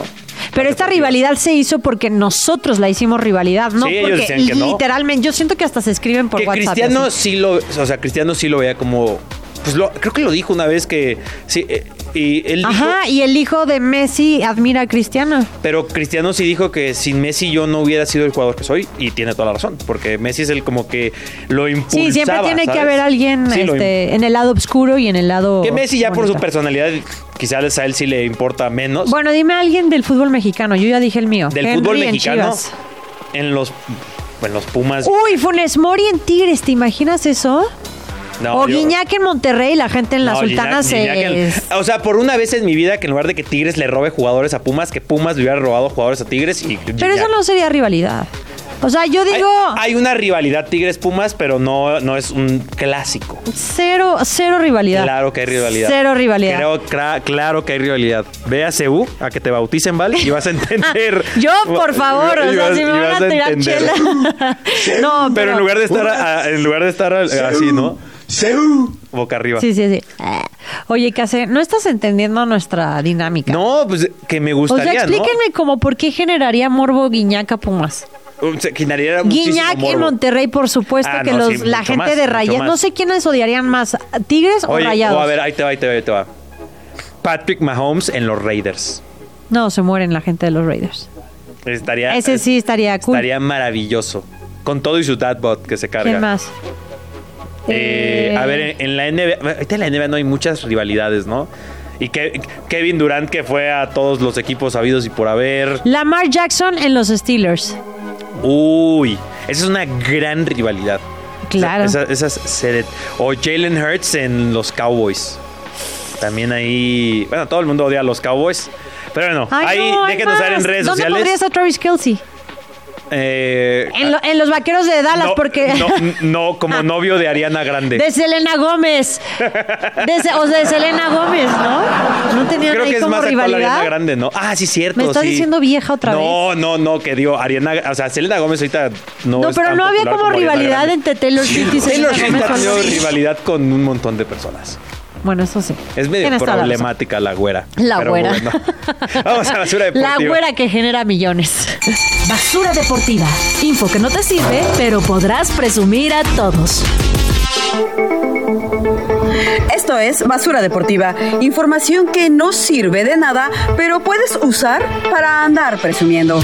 D: Pero esta rivalidad se hizo porque nosotros la hicimos rivalidad, ¿no?
C: Sí, ellos
D: porque
C: decían que no.
D: literalmente, yo siento que hasta se escriben por
C: que
D: WhatsApp.
C: Cristiano
D: así.
C: sí lo, o sea, Cristiano sí lo veía como, pues lo, creo que lo dijo una vez que sí, eh, y él dijo-
D: Ajá, y el hijo de Messi admira a Cristiano.
C: pero Cristiano sí dijo que sin Messi yo no hubiera sido el jugador que soy y tiene toda la razón, porque Messi es el como que lo impulsaba.
D: Sí, siempre tiene que
C: ¿sabes?
D: haber alguien
C: Sí, lo
D: este, en el lado oscuro y en el lado.
C: Que Messi ya por su
D: bonito.
C: personalidad quizás a él sí le importa menos
D: Bueno, dime a alguien del fútbol mexicano. Yo ya dije el mío.
C: del
D: Henry
C: fútbol
D: en
C: mexicano
D: Chivas. Uh,
C: en los en los Pumas.
D: Uy, Funes Mori en Tigres, ¿te imaginas eso?
C: No,
D: o
C: yo-
D: Guiñac en Monterrey, la gente en la
C: No,
D: Sultana
C: Gignac- Gignac
D: se...
C: en- Ah, O sea, por una vez en mi vida que en lugar de que Tigres le robe jugadores a Pumas, que Pumas le hubiera robado jugadores a Tigres y.
D: Pero eso no sería rivalidad. O sea, yo
C: Hay,
D: digo
C: hay una rivalidad Tigres-Pumas, pero no, no es un clásico.
D: cero, cero rivalidad.
C: Claro que hay rivalidad.
D: Cero rivalidad.
C: Creo- cra- claro que hay rivalidad. Ve a CU a que te bauticen, ¿vale? Y
D: [laughs]
C: vas a entender.
D: Ah, Yo, por favor, o
C: Y
D: sea,
C: vas-
D: si
C: y
D: me
C: vas
D: van a tirar
C: entender. [laughs]
D: chela. no, pero,
C: Pero en lugar de estar, a- a- en lugar de estar a- así, ¿no? Boca arriba.
D: Sí, sí, sí. Ah. Oye, ¿qué hace? No estás entendiendo nuestra dinámica.
C: No, pues que me
D: O sea,
C: gustaría, ¿no?
D: explíquenme como por qué generaría morbo Guiñac a Pumas.
C: O sea, generaría muchísimo
D: Guiñac en
C: morbo.
D: Monterrey, por supuesto,
C: Ah,
D: que
C: no,
D: los,
C: sí,
D: la
C: mucho
D: gente
C: más,
D: de
C: mucho
D: Rayados.
C: más.
D: No sé quiénes odiarían más, ¿Tigres o
C: Oye,
D: Rayados?
C: o a ver, ahí te va, ahí te va, ahí te va. Patrick Mahomes en los Raiders.
D: No, se mueren la gente de los Raiders.
C: Estaría.
D: Ese sí estaría cool.
C: Ah, Estaría maravilloso. Con todo y su dadbot que se carga.
D: ¿Quién más?
C: Eh,
D: Eh,
C: A ver, en, en la NBA. Ahorita en la NBA no hay muchas rivalidades, ¿no? Y Ke- Kevin Durant que fue a todos los equipos habidos y por haber.
D: Lamar Jackson en los Steelers.
C: Uy, esa es una gran rivalidad.
D: Claro.
C: Esa- esa- esas se det- o Jalen Hurts en los Cowboys. También ahí. Bueno, todo el mundo odia a los Cowboys. Pero bueno,
D: Ay,
C: ahí
D: no, hay
C: déjenos saber en
D: más.
C: redes
D: ¿Dónde
C: sociales.
D: podrías a Travis Kelsey?
C: Eh,
D: En, lo- en los vaqueros de Dallas,
C: no,
D: porque. [laughs] Ah.
C: no, no, como novio de Ariana Grande.
D: De Selena Gómez. De Se- o sea, de Selena Gómez, ¿no? No tenían
C: Creo
D: ahí
C: que es
D: como
C: más actual Ariana
D: rivalidad.
C: Grande, ¿no? Ah, sí, cierto.
D: ¿Me estás
C: sí.
D: diciendo vieja otra
C: no, No, no, que digo, Ariana, o sea, Selena Gómez ahorita no
D: No,
C: es
D: pero
C: tan
D: no había
C: popular
D: como,
C: Ariana
D: rivalidad
C: Grande.
D: entre Taylor Swift y Selena
C: Taylor Swift
D: Gómez.
C: ha
D: o algo
C: tenido
D: así.
C: rivalidad con un montón de personas.
D: Bueno, eso sí.
C: Es medio
D: Tienes toda la razón.
C: problemática la güera.
D: La
C: pero
D: güera.
C: bueno. [laughs] Vamos a basura deportiva.
D: La güera que genera millones.
A: Basura deportiva. Info que no te sirve, pero podrás presumir a todos.
H: Esto es Basura Deportiva, información que no sirve de nada, pero puedes usar para andar presumiendo.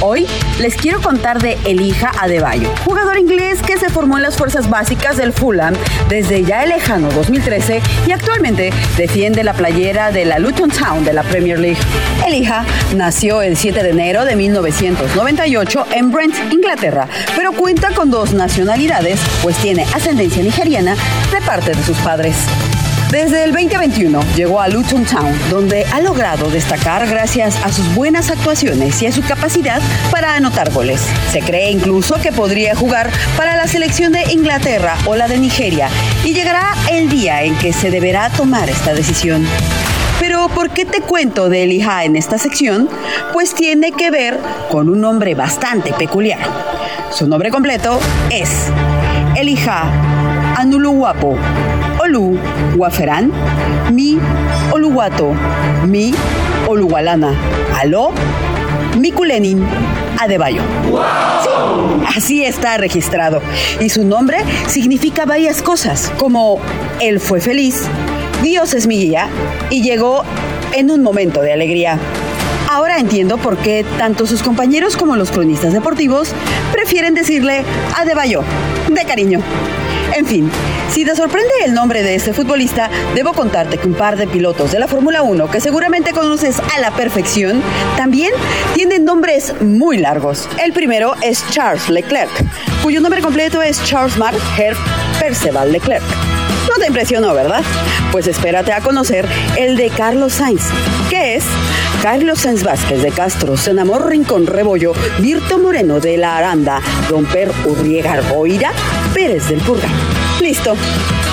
H: Hoy les quiero contar de Elija Adebayo, jugador inglés que se formó en las fuerzas básicas del Fulham desde ya el lejano 2013 y actualmente defiende la playera de la Luton Town de la Premier League. Elija nació el 7 de enero de 1998 en Brent, Inglaterra, pero cuenta con dos nacionalidades, pues tiene ascendencia nigeriana de parte de sus padres. Desde el 2021 llegó a Luton Town, donde ha logrado destacar gracias a sus buenas actuaciones y a su capacidad para anotar goles. Se cree incluso que podría jugar para la selección de Inglaterra o la de Nigeria y llegará el día en que se deberá tomar esta decisión. Pero ¿por qué te cuento de Elijah en esta sección? Pues tiene que ver con un nombre bastante peculiar. Su nombre completo es Elijah Anuluwapo Olu Waferán Mi Oluwato Mi Oluwalana Aló Mikulenin Adebayo. Así está registrado. Y su nombre significa varias cosas, como Él fue feliz, Dios es mi guía y llegó en un momento de alegría. Ahora entiendo por qué tanto sus compañeros como los cronistas deportivos prefieren decirle Adebayo, de cariño. En fin, si te sorprende el nombre de este futbolista, debo contarte que un par de pilotos de la Fórmula 1, que seguramente conoces a la perfección, también tienen nombres muy largos. El primero es Charles Leclerc, cuyo nombre completo es Charles Mark Herb Perceval Leclerc. No te impresionó, ¿verdad? Pues espérate a conocer el de Carlos Sainz, que es Carlos Sáenz Vázquez de Castro, Senamor Rincón Rebollo, Virto Moreno de la Aranda, Romper Urriega Arboira, Pérez del Purga. Listo.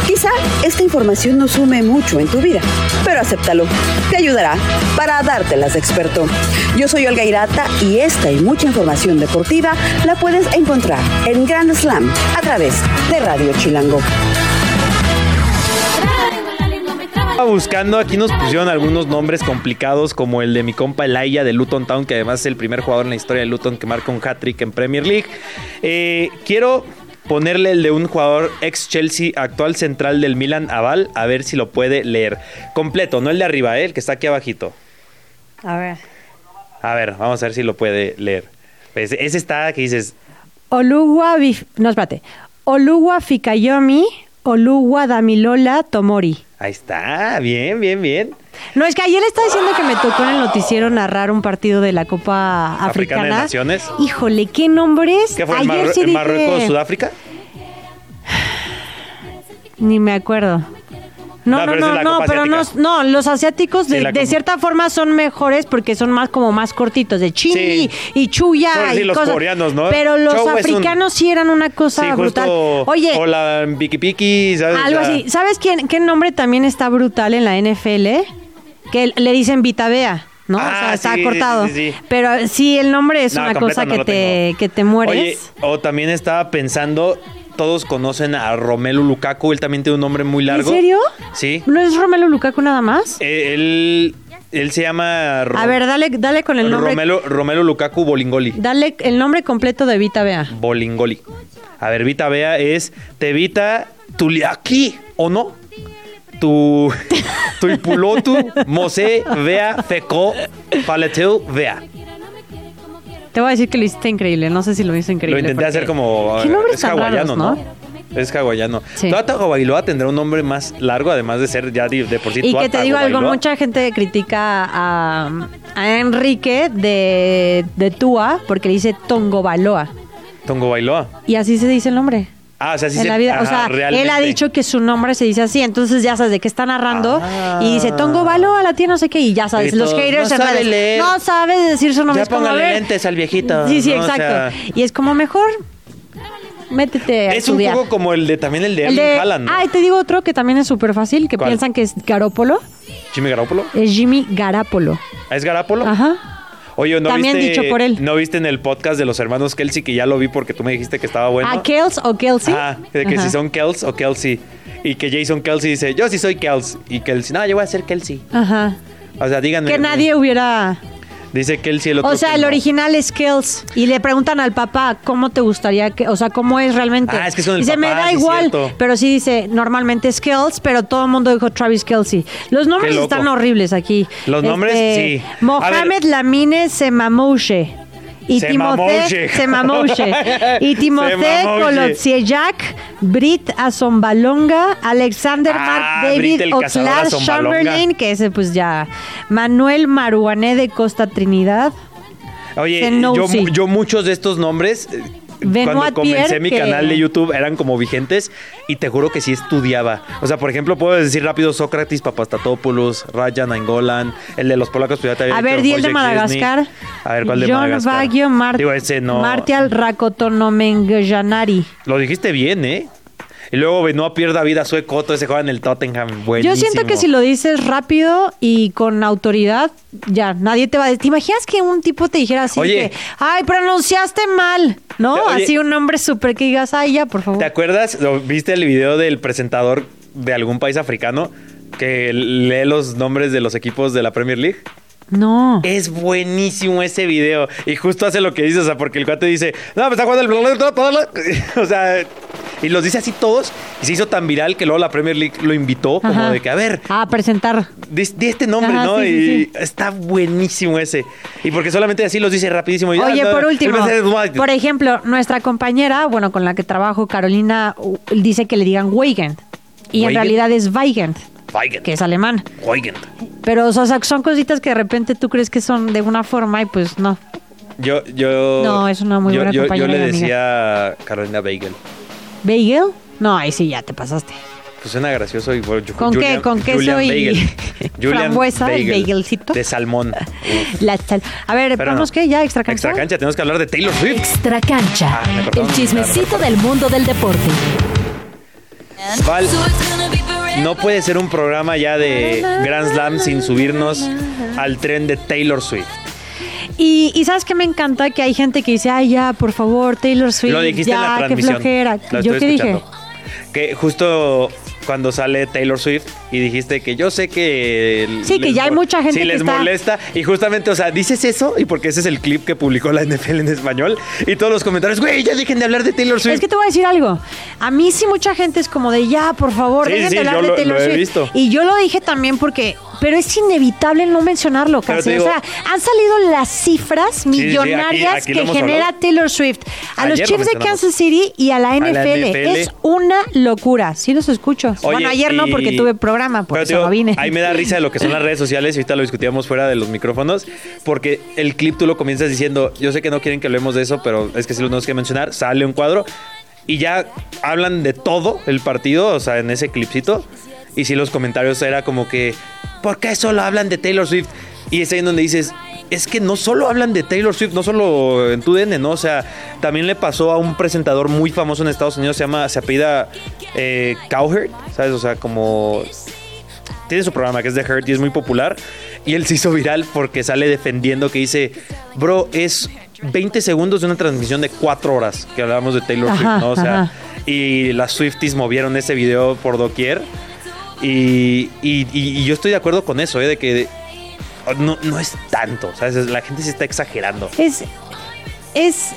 H: Quizá esta información no sume mucho en tu vida, pero acéptalo. Te ayudará para dártelas de experto. Yo soy Olga Irata y esta y mucha información deportiva la puedes encontrar en Grand Slam a través de Radio Chilango.
C: Estaba buscando, aquí nos pusieron algunos nombres complicados como el de mi compa Elaya de Luton Town, que además es el primer jugador en la historia de Luton que marca un hat-trick en Premier League. Eh, quiero ponerle el de un jugador ex Chelsea, actual central del Milan, Aval, a ver si lo puede leer. Completo, no el de arriba, eh, el que está aquí abajito.
D: A ver.
C: A ver, vamos a ver si lo puede leer. Pues, ese está que dices,
D: Oluwa... Bif- No, espérate. Oluwa Fikayomi, Oluwa Damilola Tomori.
C: ahí está, bien, bien, bien.
D: No, es que ayer le estaba diciendo que me tocó en el noticiero narrar un partido de la Copa
C: Africana
D: Africana.
C: de Naciones.
D: Híjole, qué nombres.
C: ¿Qué fue? ¿En
D: ayer
C: Marru-
D: sí
C: en
D: dije-
C: Marruecos, Sudáfrica?
D: Ni me acuerdo. No,
C: No,
D: no,
C: pero esa es
D: no,
C: la
D: no,
C: Copa
D: pero no,
C: Asiática.
D: no, los asiáticos
C: Sí,
D: de,
C: la
D: de
C: Copa.
D: cierta forma son mejores porque son más como más cortitos, de
C: Sí.
D: chini y
C: Son
D: chuya
C: así
D: y
C: los
D: cosas.
C: coreanos, ¿no?
D: Pero los
C: Chow es un-
D: africanos sí eran una cosa
C: sí,
D: brutal.
C: justo.
D: Oye,
C: Hola, Piki Piki, ¿sabes?
D: algo
C: O sea,
D: así. ¿Sabes quién, qué nombre también está brutal en la NFL? Que le dicen Vitabea, ¿no? o
C: Ah,
D: sea, está
C: sí, sí,
D: cortado.
C: sí, sí.
D: Pero sí, el nombre es
C: No,
D: una
C: completo
D: cosa
C: no
D: que,
C: lo
D: te,
C: tengo.
D: que te mueres.
C: Oye, o también estaba pensando, todos conocen a Romelu Lukaku, él también tiene un nombre muy largo.
D: ¿En serio?
C: Sí.
D: ¿No es Romelu Lukaku nada más?
C: Eh, Él, él se llama Ro-
D: A ver, dale, dale con el nombre.
C: Romelu, Romelu Lukaku Bolingoli.
D: Dale el nombre completo de Vita Bea.
C: Bolingoli. A ver, Vita Bea es Tevita Tuliaki, ¿o no? Tu [laughs] Tuipulotu Mose Vea Feco Paleteu Vea.
D: Te voy a decir que lo hiciste increíble. No sé si lo hizo
C: Lo
D: increíble.
C: intenté
D: porque-
C: hacer como.
D: ¿Qué
C: eh,
D: nombres
C: es
D: tan
C: hawaiano,
D: raros,
C: ¿no? Es hawaiano.
D: Sí.
C: Toda Tagovailoa tendrá un nombre más largo, además de ser ya de, de por sí
D: Y
C: Tua
D: que te digo algo,
C: Tagovailoa.
D: mucha gente critica a, a Enrique de, de Tua porque le dice Tongo Baloa.
C: Tongo Bailoa.
D: Y así se dice el nombre.
C: Ah, o sea, sí
D: en
C: se-
D: la vida, o
C: ajá,
D: sea, él ha
C: realmente.
D: dicho que su nombre se dice así, entonces ya sabes de qué está narrando
C: Ah.
D: y dice Tongo Baloa, la tía no sé qué y ya sabes,
C: Y
D: los
C: todos,
D: haters
C: "No
D: en
C: sabe
D: redes,
C: leer.
D: no sabe decir su nombre,
C: Ya
D: es como,
C: póngale
D: a ver,
C: lentes al viejito,
D: Sí, sí,
C: ¿no? O
D: exacto.
C: sea-
D: y es como mejor métete a
C: Es un
D: estudiar.
C: poco como el de también el de
D: El
C: Erling
D: de-
C: Haaland, ¿no?
D: Ah, y te digo otro que también es súper fácil, que
C: ¿Cuál?
D: piensan que es Garópolo.
C: Jimmy Garoppolo. ¿Ah,
D: Es Jimmy Garápolo.
C: ¿Es Garoppolo?
D: Ajá.
C: Oye, ¿no
D: También
C: viste,
D: dicho por él.
C: ¿No viste en el podcast de los hermanos Kelsey que ya lo vi porque tú me dijiste que estaba bueno?
D: ¿A Kels o Kelsey?
C: Ajá, de que
D: Ajá.
C: si son Kels o Kelsey. Y que Jason Kelsey dice, yo sí soy Kels. Y Kelsey, no, yo voy a ser Kelsey.
D: Ajá.
C: O sea, díganme.
D: Que nadie hubiera...
C: Dice Kelsey el otro.
D: O sea,
C: que
D: el
C: no.
D: original es Kells. Y le preguntan al papá cómo te gustaría que, o sea, cómo es realmente.
C: Ah, es que son el
D: dice, me
C: papá,
D: da
C: sí es
D: igual.
C: cierto.
D: Pero sí dice, normalmente es Kells, pero todo el mundo dijo Travis Kelsey. Los nombres
C: Qué loco.
D: están horribles aquí. Este,
C: Los nombres, sí. A
D: Mohamed
C: ver.
D: Lamine Semamoushe. Y Timothée
C: Semamoushe. [laughs]
D: Semamoushe. Y Timothée
C: Semamoushe.
D: Kolotsiejak, Brit Azombalonga, Alexander
C: Ah,
D: Mark
C: Brit
D: David
C: el cazador
D: Oclar
C: Azombalonga.
D: Chamberlain, que ese pues ya. Manuel Maruané de Costa Trinidad.
C: Oye, yo,
D: Senousi.
C: mu- yo muchos de estos nombres, eh,
D: Benoit
C: cuando comencé
D: Pierre,
C: mi
D: que-
C: canal de YouTube, eran como vigentes y te juro que sí estudiaba. O sea, por ejemplo, puedo decir rápido Sócrates, Papastatopoulos, Rajan Angolan, el de los polacos, pues ya te había
D: A
C: dicho,
D: ver, di el de
C: Wojciech
D: Madagascar.
C: Szczesny. A ver, ¿cuál de
D: John
C: Madagascar?
D: Baggio, Mar-
C: Digo, ese no.
D: Martial Rakotonomenganari.
C: Lo dijiste bien, ¿eh? Y luego Benoit Pierre David Azuecoto, ese juega en el Tottenham. Buenísimo.
D: Yo siento que si lo dices rápido y con autoridad, ya, nadie te va a decir. ¿Te imaginas que un tipo te dijera así
C: Oye.
D: que, ay, pronunciaste mal, ¿no?
C: Oye.
D: así un nombre súper que digas, ay, ya, por favor.
C: ¿Te acuerdas? ¿Lo- ¿Viste el video del presentador de algún país africano que lee los nombres de los equipos de la Premier League?
D: No.
C: Es buenísimo ese video. Y justo hace lo que dices, [laughs] o sea, porque el cuate dice, no, pues está jugando el... O sea, Y los dice así todos. Y se hizo tan viral que luego la Premier League lo invitó como
D: Ajá.
C: de que, a ver,
D: A presentar.
C: di, di este nombre,
D: Ajá,
C: ¿no?
D: sí, sí,
C: y
D: sí.
C: está buenísimo ese. Y porque solamente así los dice rapidísimo. y, ah,
D: Oye,
C: no,
D: por
C: el
D: último,
C: Mercedes-
D: por ejemplo, nuestra compañera, bueno, con la que trabajo, Carolina, u- dice que le digan Weigand. Y en
C: Weigand.
D: realidad es Weigand,
C: Weigand.
D: que es alemán.
C: Weigand.
D: Pero o sea, son cositas que de repente tú crees que son de una forma y pues no.
C: Yo, yo.
D: No, es una muy
C: yo-
D: buena
C: yo, yo,
D: compañera
C: le
D: y amiga.
C: decía a Carolina Bagel.
D: ¿Bagel? No, ahí sí ya te pasaste.
C: Pues suena gracioso y bueno, yo-
D: ¿Con qué? ¿Con queso
C: Julian
D: y [laughs]
C: Bagel. Julian
D: frambuesa y
C: Bagel,
D: bagelcito?
C: De salmón.
D: La chal- A ver,
C: Pero
D: ¿vamos
C: no.
D: qué? ¿Ya extra cancha?
C: Extra cancha, tenemos que hablar de Taylor Swift.
A: Extra cancha.
C: Ah, me
A: El
C: acordaron.
A: chismecito del mundo del deporte.
C: Val, no puede ser un programa ya de Grand Slam sin subirnos al tren de Taylor Swift.
D: Y, y sabes que me encanta que hay gente que dice, ay, ya, por favor, Taylor Swift.
C: Lo dijiste
D: ya,
C: en la transmisión.
D: Qué flojera.
C: Lo
D: ¿Yo
C: estoy
D: qué
C: escuchando. Que justo cuando sale Taylor Swift y dijiste que yo sé que... el-
D: Sí, que
C: les
D: ya hay
C: mo-
D: mucha gente
C: Sí,
D: que
C: les
D: está-
C: molesta. Y justamente, o sea, dices eso y porque ese es el clip que publicó la [laughs] NFL en español y todos los comentarios, güey, ya dejen de hablar de Taylor Swift.
D: Es que te voy a decir algo. A mí sí mucha gente es como de ya, por favor,
C: Sí,
D: dejen
C: sí,
D: de hablar
C: yo
D: de
C: lo-
D: Taylor
C: lo he
D: Swift".
C: visto.
D: Y yo lo dije también porque, pero es inevitable no mencionarlo
C: Pero
D: casi.
C: te digo-
D: o sea, han salido las cifras
C: sí, sí, aquí-
D: millonarias
C: aquí lo hemos
D: que genera
C: hablado.
D: Taylor Swift a los
C: Ayer lo
D: Chiefs de
C: mencionamos.
D: Kansas City y a la NFL.
C: NFL.
D: Es una locura. Sí los escucho.
C: Oye,
D: bueno, ayer no
C: y-
D: porque tuve programa, por
C: Pero,
D: eso
C: tío,
D: no vine.
C: Ahí me da risa de lo que son las redes sociales y ahorita lo discutíamos fuera de los micrófonos, porque el clip tú lo comienzas diciendo, yo sé que no quieren que hablemos de eso, pero es que si lo tenemos que mencionar, sale un cuadro y ya hablan de todo el partido, o sea, en ese clipcito, y si los comentarios era como que, ¿por qué solo hablan de Taylor Swift? Y es ahí en donde dices... Es que no solo hablan de Taylor Swift, no solo en tu DN, ¿no? O sea, también le pasó a un presentador muy famoso en Estados Unidos, se llama, se apida eh, Cowherd, ¿sabes? O sea, como tiene su programa que es The Hurt y es muy popular. Y él se hizo viral porque sale defendiendo que dice, bro, es 20 segundos de una transmisión de 4 horas que hablábamos de Taylor
D: Ajá,
C: Swift, ¿no? O sea,
D: ajá.
C: y las Swifties movieron ese video por doquier. Y, y- y- y yo estoy de acuerdo con eso, ¿eh? De que no, no es tanto, ¿sabes? La gente se está exagerando.
D: Es, es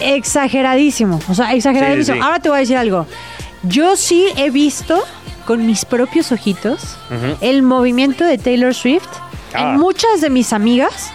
D: exageradísimo. O sea, exageradísimo.
C: Sí, sí.
D: Ahora te voy a decir algo. Yo sí he visto con mis propios ojitos
C: Ujú.
D: el movimiento de Taylor Swift
C: Ah.
D: en muchas de mis amigas,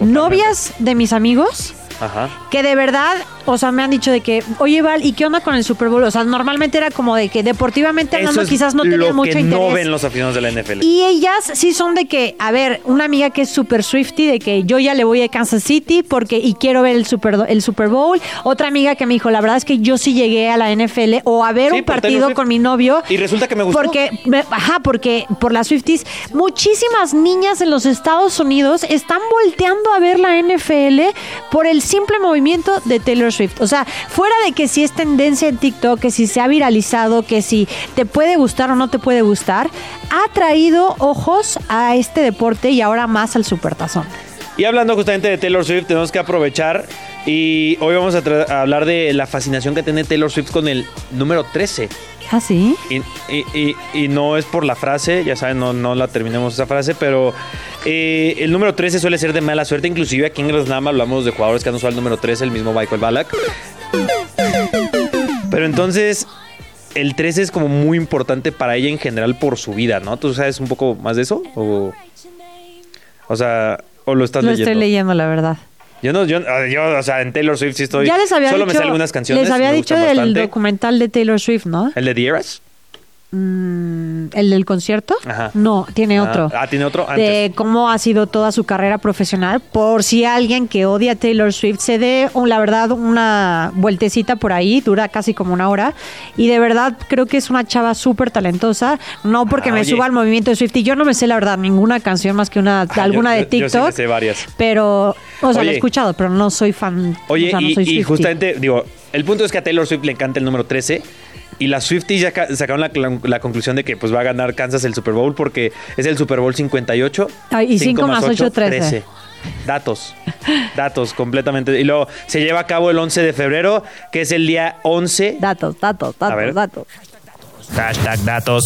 D: novias de mis amigos.
C: Ajá.
D: Que de verdad, o sea, me han dicho de que, oye Val, ¿y qué onda con el Super Bowl? O sea, normalmente era como de que deportivamente hablando
C: es
D: quizás no tenía
C: lo
D: mucho
C: que
D: interés.
C: no ven los aficionados de la NFL.
D: Y ellas sí son de que, a ver, una amiga que es super Swifty, de que yo ya le voy a Kansas City porque y quiero ver el Super, el super Bowl. Otra amiga que me dijo, la verdad es que yo sí llegué a la NFL o a ver
C: Sí,
D: un
C: por Taylor
D: partido
C: Swift.
D: con mi novio.
C: Y resulta que me gustó.
D: Porque, me- ajá, porque por las Swifties, muchísimas niñas en los Estados Unidos están volteando a ver la NFL por el simple movimiento de Taylor Swift. O sea, fuera de que si es tendencia en TikTok, que si se ha viralizado, que si te puede gustar o no te puede gustar, ha traído ojos a este deporte y ahora más al supertazón.
C: Y hablando justamente de Taylor Swift, tenemos que aprovechar y hoy vamos a, tra- a hablar de la fascinación que tiene Taylor Swift con el número 13.
D: ¿Ah, sí?
C: Y, y- y- y no es por la frase, ya saben, no, no la terminemos esa frase, pero eh, el número 13 suele ser de mala suerte, inclusive aquí en Grand Slam hablamos de jugadores que han usado el número 13, el mismo Michael Ballack. Pero entonces, el 13 es como muy importante para ella en general por su vida, ¿no? ¿Tú sabes un poco más de eso? O, o sea, o lo estás
D: Lo
C: leyendo.
D: estoy leyendo, la verdad.
C: Yo no, yo, ah, yo, o sea, en Taylor Swift sí estoy.
D: ya les había
C: Solo
D: dicho,
C: me sé algunas canciones.
D: les había
C: me
D: dicho
C: gustan
D: del
C: bastante.
D: documental de Taylor Swift, ¿no?
C: ¿El de The Eras?
D: Mm, ¿El del concierto?
C: Ajá.
D: No, tiene
C: Ah,
D: otro.
C: ah, ¿tiene otro?
D: De
C: Antes.
D: cómo ha sido toda su carrera profesional. Por si alguien que odia a Taylor Swift se dé, un- la verdad, una vueltecita por ahí. Dura casi como una hora. Y de verdad creo que es una chava súper talentosa. No porque
C: Ah,
D: me
C: oye.
D: suba al movimiento de Swift. Y yo no me sé, la verdad, ninguna canción más que una
C: Ah,
D: alguna
C: yo-
D: de
C: yo- yo sí me
D: TikTok.
C: sé varias.
D: Pero, o sea, la
C: Oye.
D: he escuchado, pero no soy fan.
C: Oye,
D: o sea, no
C: y,
D: soy
C: y
D: Swiftie.
C: justamente, digo, el punto es que a Taylor Swift le encanta el número 13. Y las Swifties ya ca- sacaron la, la- la conclusión de que pues va a ganar Kansas el Super Bowl porque es el Super Bowl 58.
D: Ay, y cinco más ocho, 13.
C: Datos, datos completamente. Y luego se lleva a cabo el 11 de febrero, que es el día 11
D: Datos, datos, datos,
C: ver.
D: datos.
E: Hashtag datos.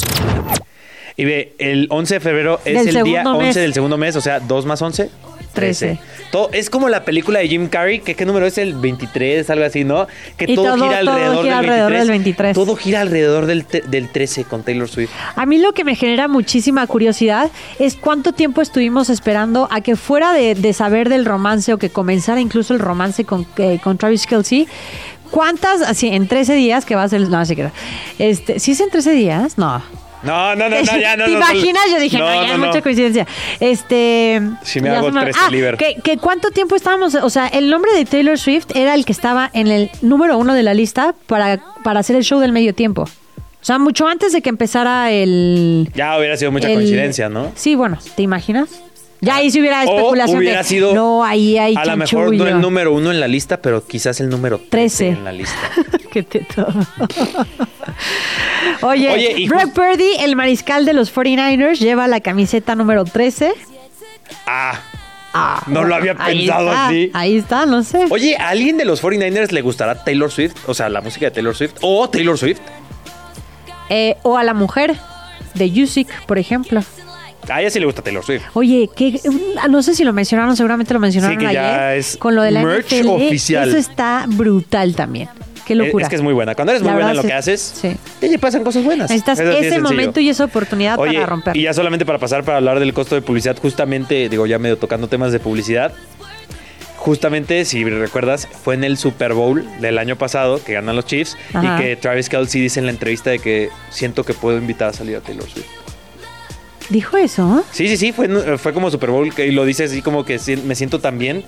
C: Y ve, el 11 de febrero es
D: Del
C: el día
D: segundo
C: 11
D: mes.
C: del segundo mes, o sea, 2 más 11.
D: 13.
C: Todo, es como la película de Jim Carrey, que qué número es el 23, algo así, ¿no? Que
D: Y
C: todo,
D: todo-
C: gira
D: todo
C: alrededor,
D: gira
C: del,
D: alrededor
C: 23,
D: del 23.
C: Todo gira alrededor del, te- del 13 con Taylor Swift.
D: A mí lo que me genera muchísima curiosidad es cuánto tiempo estuvimos esperando a que fuera de, de saber del romance o que comenzara incluso el romance con, eh, con Travis Kelsey. ¿Cuántas, así, en 13 días que va a ser? No, así que Este, ¿Sí es en 13 días? No.
C: No, no,
D: [laughs]
C: no, no, ya no.
D: ¿Te
C: no, no.
D: imaginas? Yo dije, no, ya es mucha coincidencia. Este.
C: Sí me
D: ya
C: hago
D: se
C: 13
D: Ah,
C: liver.
D: que, que cuánto tiempo estábamos. O sea, el nombre de Taylor Swift era el que estaba en el número uno de la lista para, para hacer el show del medio tiempo. O sea, mucho antes de que empezara el.
C: Ya hubiera sido mucha
D: el-
C: coincidencia, ¿no?
D: Sí, bueno, ¿te imaginas? Ya ahí sí hubiera especulación.
C: O
D: de,
C: hubiera sido.
D: no, ahí hay
C: A lo mejor no
D: chanchullo". [laughs]
C: el número uno en la lista, pero quizás el número 13,
D: 13.
C: en la lista.
D: [laughs] Qué teto. [laughs] Oye,
C: Oye, y
D: Brock
C: just-
D: Purdy, el mariscal de los 49ers, lleva la camiseta número 13.
C: Ah. no lo había
D: [laughs] Ahí
C: pensado
D: está,
C: así.
D: Ahí está, no sé.
C: Oye, ¿a alguien de los 49ers le gustará Taylor Swift? O sea, la música de Taylor Swift. O Taylor Swift.
D: Eh, o a la mujer de Yusik, por ejemplo.
C: A ella sí le gusta Taylor Swift.
D: Oye, que no sé si lo mencionaron, seguramente lo mencionaron
C: Sí, que
D: ayer.
C: ya es
D: con lo de la
C: merch
D: NFL,
C: oficial.
D: Eso está brutal también. Qué
C: Eh,
D: locura.
C: Es que es muy buena. Cuando eres
D: La
C: muy buena en lo
D: verdad
C: que
D: sí-
C: haces,
D: sí.
C: te lle- pasan cosas buenas.
D: Necesitas
C: Es así de
D: ese
C: sencillo.
D: momento y esa oportunidad
C: Oye,
D: para romper.
C: Y ya solamente para pasar para hablar del costo de publicidad, justamente, digo, ya medio tocando temas de publicidad. Justamente, si recuerdas, fue en el Super Bowl del año pasado que ganan los Chiefs
D: Ajá.
C: y que Travis Kelsey dice en la entrevista de que siento que puedo invitar a salir a Taylor Swift.
D: Dijo eso. ¿eh?
C: Sí, sí, sí, fue, en- fue como Super Bowl que- y lo dice así como que si- me siento tan bien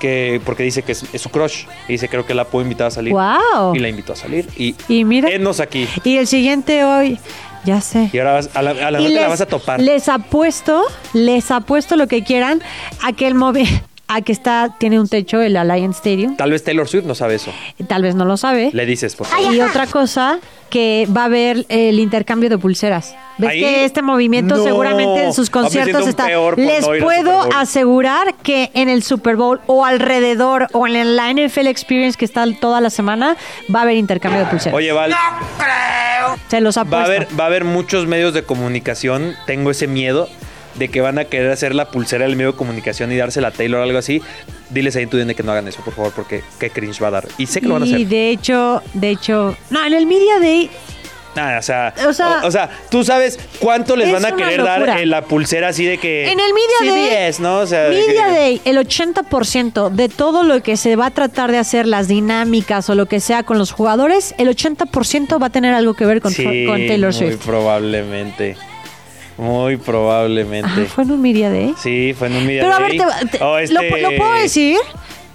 C: que porque dice que es, es su crush y dice creo que la puedo invitar a salir.
D: Guau.
C: Y la invitó a salir y,
D: Y mira.
C: Enos aquí.
D: Y el siguiente hoy, ya sé.
C: Y ahora vas- a la, a la
D: Y
C: no te la
D: les-
C: vas a topar.
D: Les apuesto, les apuesto lo que quieran a que el móvil, a que está, tiene un techo el Alliance Stadium.
C: Tal vez Taylor Swift no sabe eso.
D: Eh, Tal vez no lo sabe.
C: Le dices, por favor.
D: Y otra cosa, que va a haber el intercambio de pulseras. ¿Ves
C: Ahí?
D: que este movimiento
C: No.
D: seguramente en sus
C: Ah, me
D: conciertos
C: siento
D: está...
C: peor por
D: Les
C: no ir al
D: puedo
C: Super Bowl.
D: asegurar que en el Super Bowl o alrededor o en la NFL Experience que está toda la semana va a haber intercambio de pulseras.
C: Oye, Val,
D: Se los apuesto.
C: va a, haber, va a haber muchos medios de comunicación. Tengo ese miedo de que van a querer hacer la pulsera del medio de comunicación y dársela a Taylor o algo así. Diles ahí en tu DN que no hagan eso, por favor, porque qué cringe va a dar. Y sé que lo van a
D: Y
C: hacer.
D: de hecho, de hecho, no, en el Media Day
C: Nada, o sea,
D: O sea,
C: o, o sea, tú sabes cuánto les
D: es
C: van a
D: una
C: querer
D: locura.
C: dar en la pulsera así de que.
D: En el Media
C: Eh, sí,
D: Day.
C: 10, ¿no? O sea, de
D: Media
C: que-
D: Day, el 80% de todo lo que se va a tratar de hacer, las dinámicas o lo que sea con los jugadores, el 80% va a tener algo que ver con,
C: Sí,
D: con Taylor
C: muy
D: Swift.
C: probablemente. Muy probablemente.
D: Ajá, Ah, fue en un Media Day.
C: Sí, fue en un media
D: Pero a ver,
C: day.
D: te- te-
C: O
D: lo,
C: este-
D: lo puedo decir.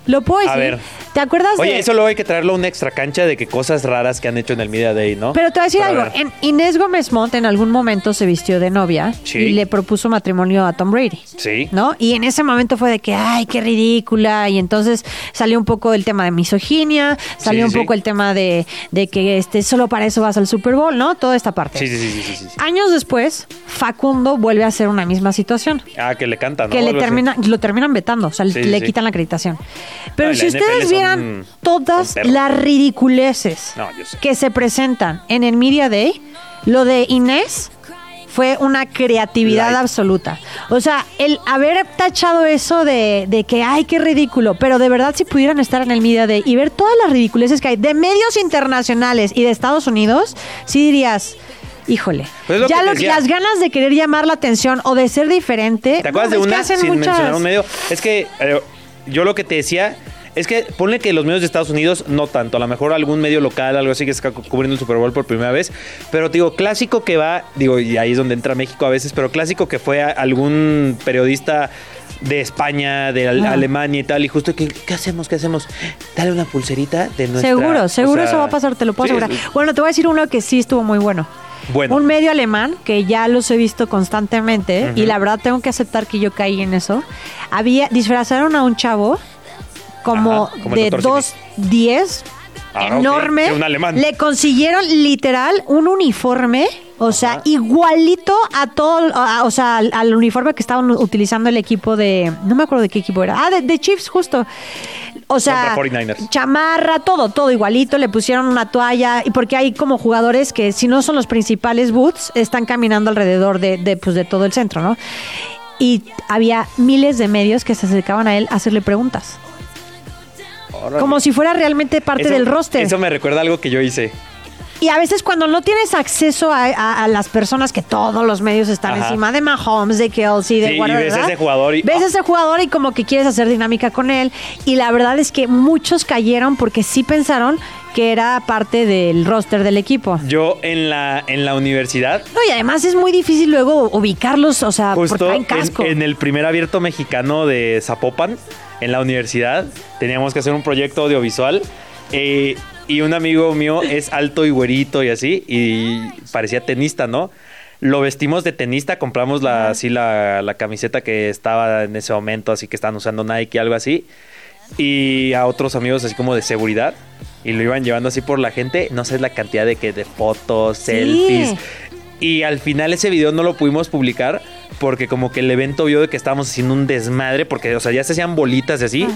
D: Lo puedo decir.
C: A ver.
D: ¿Te acuerdas
C: Oye,
D: de.?
C: eso luego hay que traerlo a una extra cancha de que cosas raras que han hecho en el Media Day, ¿no?
D: Pero te voy a decir
C: Pero
D: algo.
C: ver.
D: En Inés Gómez Montt en algún momento se vistió de novia
C: Sí.
D: y le propuso matrimonio a Tom Brady.
C: Sí.
D: ¿No? Y en ese momento fue de que, ay, qué ridícula. Y entonces salió un poco el tema de misoginia, salió
C: sí,
D: un
C: sí.
D: poco el tema de, de que este, solo para eso vas al Super Bowl, ¿no? Toda esta parte.
C: Sí, sí, sí, sí, sí, sí, sí.
D: Años después, Facundo vuelve a hacer una misma situación.
C: Ah, que le cantan, ¿no?
D: Que le
C: Algo así.
D: termina, lo terminan vetando, o sea,
C: Sí, sí,
D: le
C: sí.
D: quitan la acreditación. Pero
C: No, y
D: si
C: la NFL
D: ustedes
C: son-
D: vieran todas
C: son perros.
D: las ridiculeces
C: No, yo sé.
D: que se presentan en el Media Day, lo de Inés fue una creatividad
C: Light.
D: absoluta. O sea, el haber tachado eso de, de que, ay, qué ridículo, pero de verdad si pudieran estar en el Media Day y ver todas las ridiculeces que hay de medios internacionales y de Estados Unidos, sí dirías... Híjole,
C: Pues es lo
D: ya
C: que
D: lo-
C: te decía.
D: las ganas de querer llamar la atención o de ser diferente
C: ¿Te acuerdas
D: Eh, no, es
C: de
D: que
C: una
D: hacen
C: sin
D: muchas-
C: mencionar un medio? Es que eh, yo lo que te decía es que ponle que los medios de Estados Unidos no tanto, a lo mejor algún medio local, algo así que está cu- cubriendo el Super Bowl por primera vez, pero te digo, clásico que va, digo, y ahí es donde entra México a veces, pero clásico que fue a- algún periodista de España, de Al- Alemania y tal, y justo que, ¿qué hacemos? ¿Qué hacemos? Dale una pulserita de nuestra...
D: Seguro,
C: o
D: seguro
C: sea,
D: eso va a pasar, te lo puedo
C: sí,
D: asegurar.
C: es-
D: Bueno, te voy a decir uno que sí estuvo muy bueno.
C: Bueno.
D: Un medio alemán que ya los he visto constantemente y la verdad tengo que aceptar que yo caí en eso. Había disfrazaron a un chavo como,
C: Ajá, como el
D: de
C: Dr.
D: 210
C: Ah, ok,
D: enorme.
C: sí, un alemán.
D: Le consiguieron literal un uniforme, o sea, igualito a todo, a- o sea, al, al uniforme que estaban utilizando el equipo de, no me acuerdo de qué equipo era, ah, de, de Chiefs justo. O sea,
C: Contra 49ers.
D: chamarra, todo, todo igualito, le pusieron una toalla, y porque hay como jugadores que si no son los principales boots, están caminando alrededor de, de, pues, de todo el centro, ¿no? y había miles de medios que se acercaban a él a hacerle preguntas.
C: Órale.
D: Como si fuera realmente parte
C: Eso-
D: del roster.
C: Eso me recuerda algo que yo hice.
D: Y a veces cuando no tienes acceso a, a- a las personas que todos los medios están
C: Ajá.
D: encima de Mahomes, de Kelsey, de
C: Sí, y
D: whatever,
C: ves
D: ¿verdad?
C: ese jugador y-
D: ves
C: ah.
D: ese jugador y como que quieres hacer dinámica con él. Y la verdad es que muchos cayeron porque sí pensaron que era parte del roster del equipo.
C: Yo en la, en la universidad,
D: No, y además es muy difícil luego ubicarlos, o sea, porque
C: justo
D: traen
C: en,
D: casco.
C: en el primer abierto mexicano de Zapopan, en la universidad, teníamos que hacer un proyecto audiovisual. eh, y un amigo mío es alto y güerito y así, y parecía tenista, ¿no? Lo vestimos de tenista, compramos la, así la, la camiseta que estaba en ese momento, así que estaban usando Nike, algo así. y a otros amigos así como de seguridad y lo iban llevando así por la gente, no sé la cantidad de que de fotos, selfies. Y al final ese video no lo pudimos publicar porque como que el evento vio de que estábamos haciendo un desmadre porque o sea, ya se hacían bolitas y así.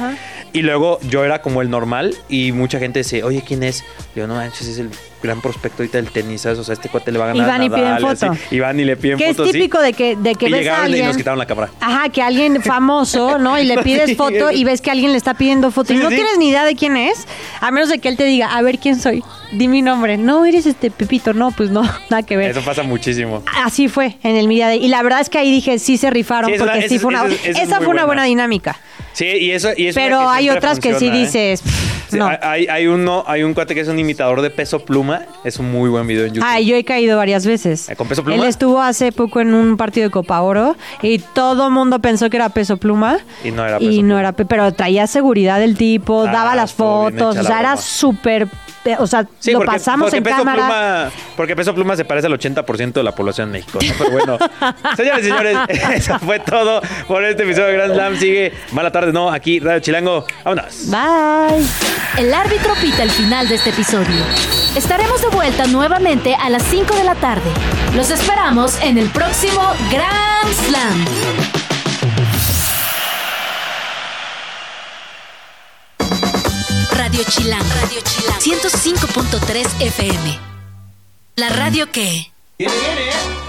C: Y luego yo era como el normal y mucha gente dice, "Oye, ¿quién es?" Yo, "No manches, es el gran prospecto ahorita del tenis, ¿sabes? o sea, este cuate le va a ganar
D: Y van
C: a
D: y piden
C: Nadal", así.
D: foto.
C: Y van y le piden
D: que es
C: foto así.
D: típico de que, de que
C: y
D: ves a
C: llegaron y
D: alguien.
C: nos quitaron la cámara.
D: Ajá, que alguien famoso, ¿no? Y
C: [laughs]
D: le pides foto y ves que alguien le está pidiendo foto y
C: Sí,
D: no
C: sí.
D: tienes ni idea de quién es, a menos de que él te diga, a ver quién soy, di mi nombre. No, eres este Pepito, no, pues no, [laughs] nada que ver.
C: Eso pasa muchísimo.
D: Así fue en el Media Day. Y la verdad es que ahí dije, sí se rifaron,
C: Sí, es
D: porque
C: una-
D: sí
C: es-
D: fue una.
C: es- es- es
D: esa
C: muy
D: fue una buena,
C: buena.
D: dinámica.
C: Sí, y eso y es una
D: Pero
C: que
D: hay
C: siempre
D: otras que sí
C: funciona, ¿eh?
D: dices, "Pff,
C: Sí,
D: no.
C: hay, hay uno, hay un cuate que es un imitador de peso pluma. Es un muy buen video en YouTube.
D: Ay, yo he caído varias veces.
C: ¿Eh, con peso pluma?
D: Él estuvo hace poco en un partido de Copa Oro y todo mundo pensó que era peso pluma.
C: Y no era
D: Y
C: peso
D: no
C: pluma.
D: era pe- pero traía seguridad del tipo,
C: Ah,
D: daba las
C: estuvo bien
D: fotos,
C: hecha
D: o
C: la
D: sea, era
C: broma.
D: súper... eh, O sea,
C: Sí,
D: lo
C: porque-
D: pasamos
C: porque
D: en
C: peso
D: cámara.
C: Pluma, porque peso pluma se parece al 80% de la población en México. ¿no? Pero
D: [laughs]
C: bueno, señores y señores, eso fue todo por este episodio de Grand Slam. Sigue mala tarde, no, aquí Radio Chilango. Vámonos.
D: Bye.
A: El árbitro pita el final de este episodio. Estaremos de vuelta nuevamente a las 5 de la tarde. Los esperamos en el próximo Grand Slam. Radio Chilango. Radio Chilango. 105.3 FM. La radio que...
F: Viene, viene, eh.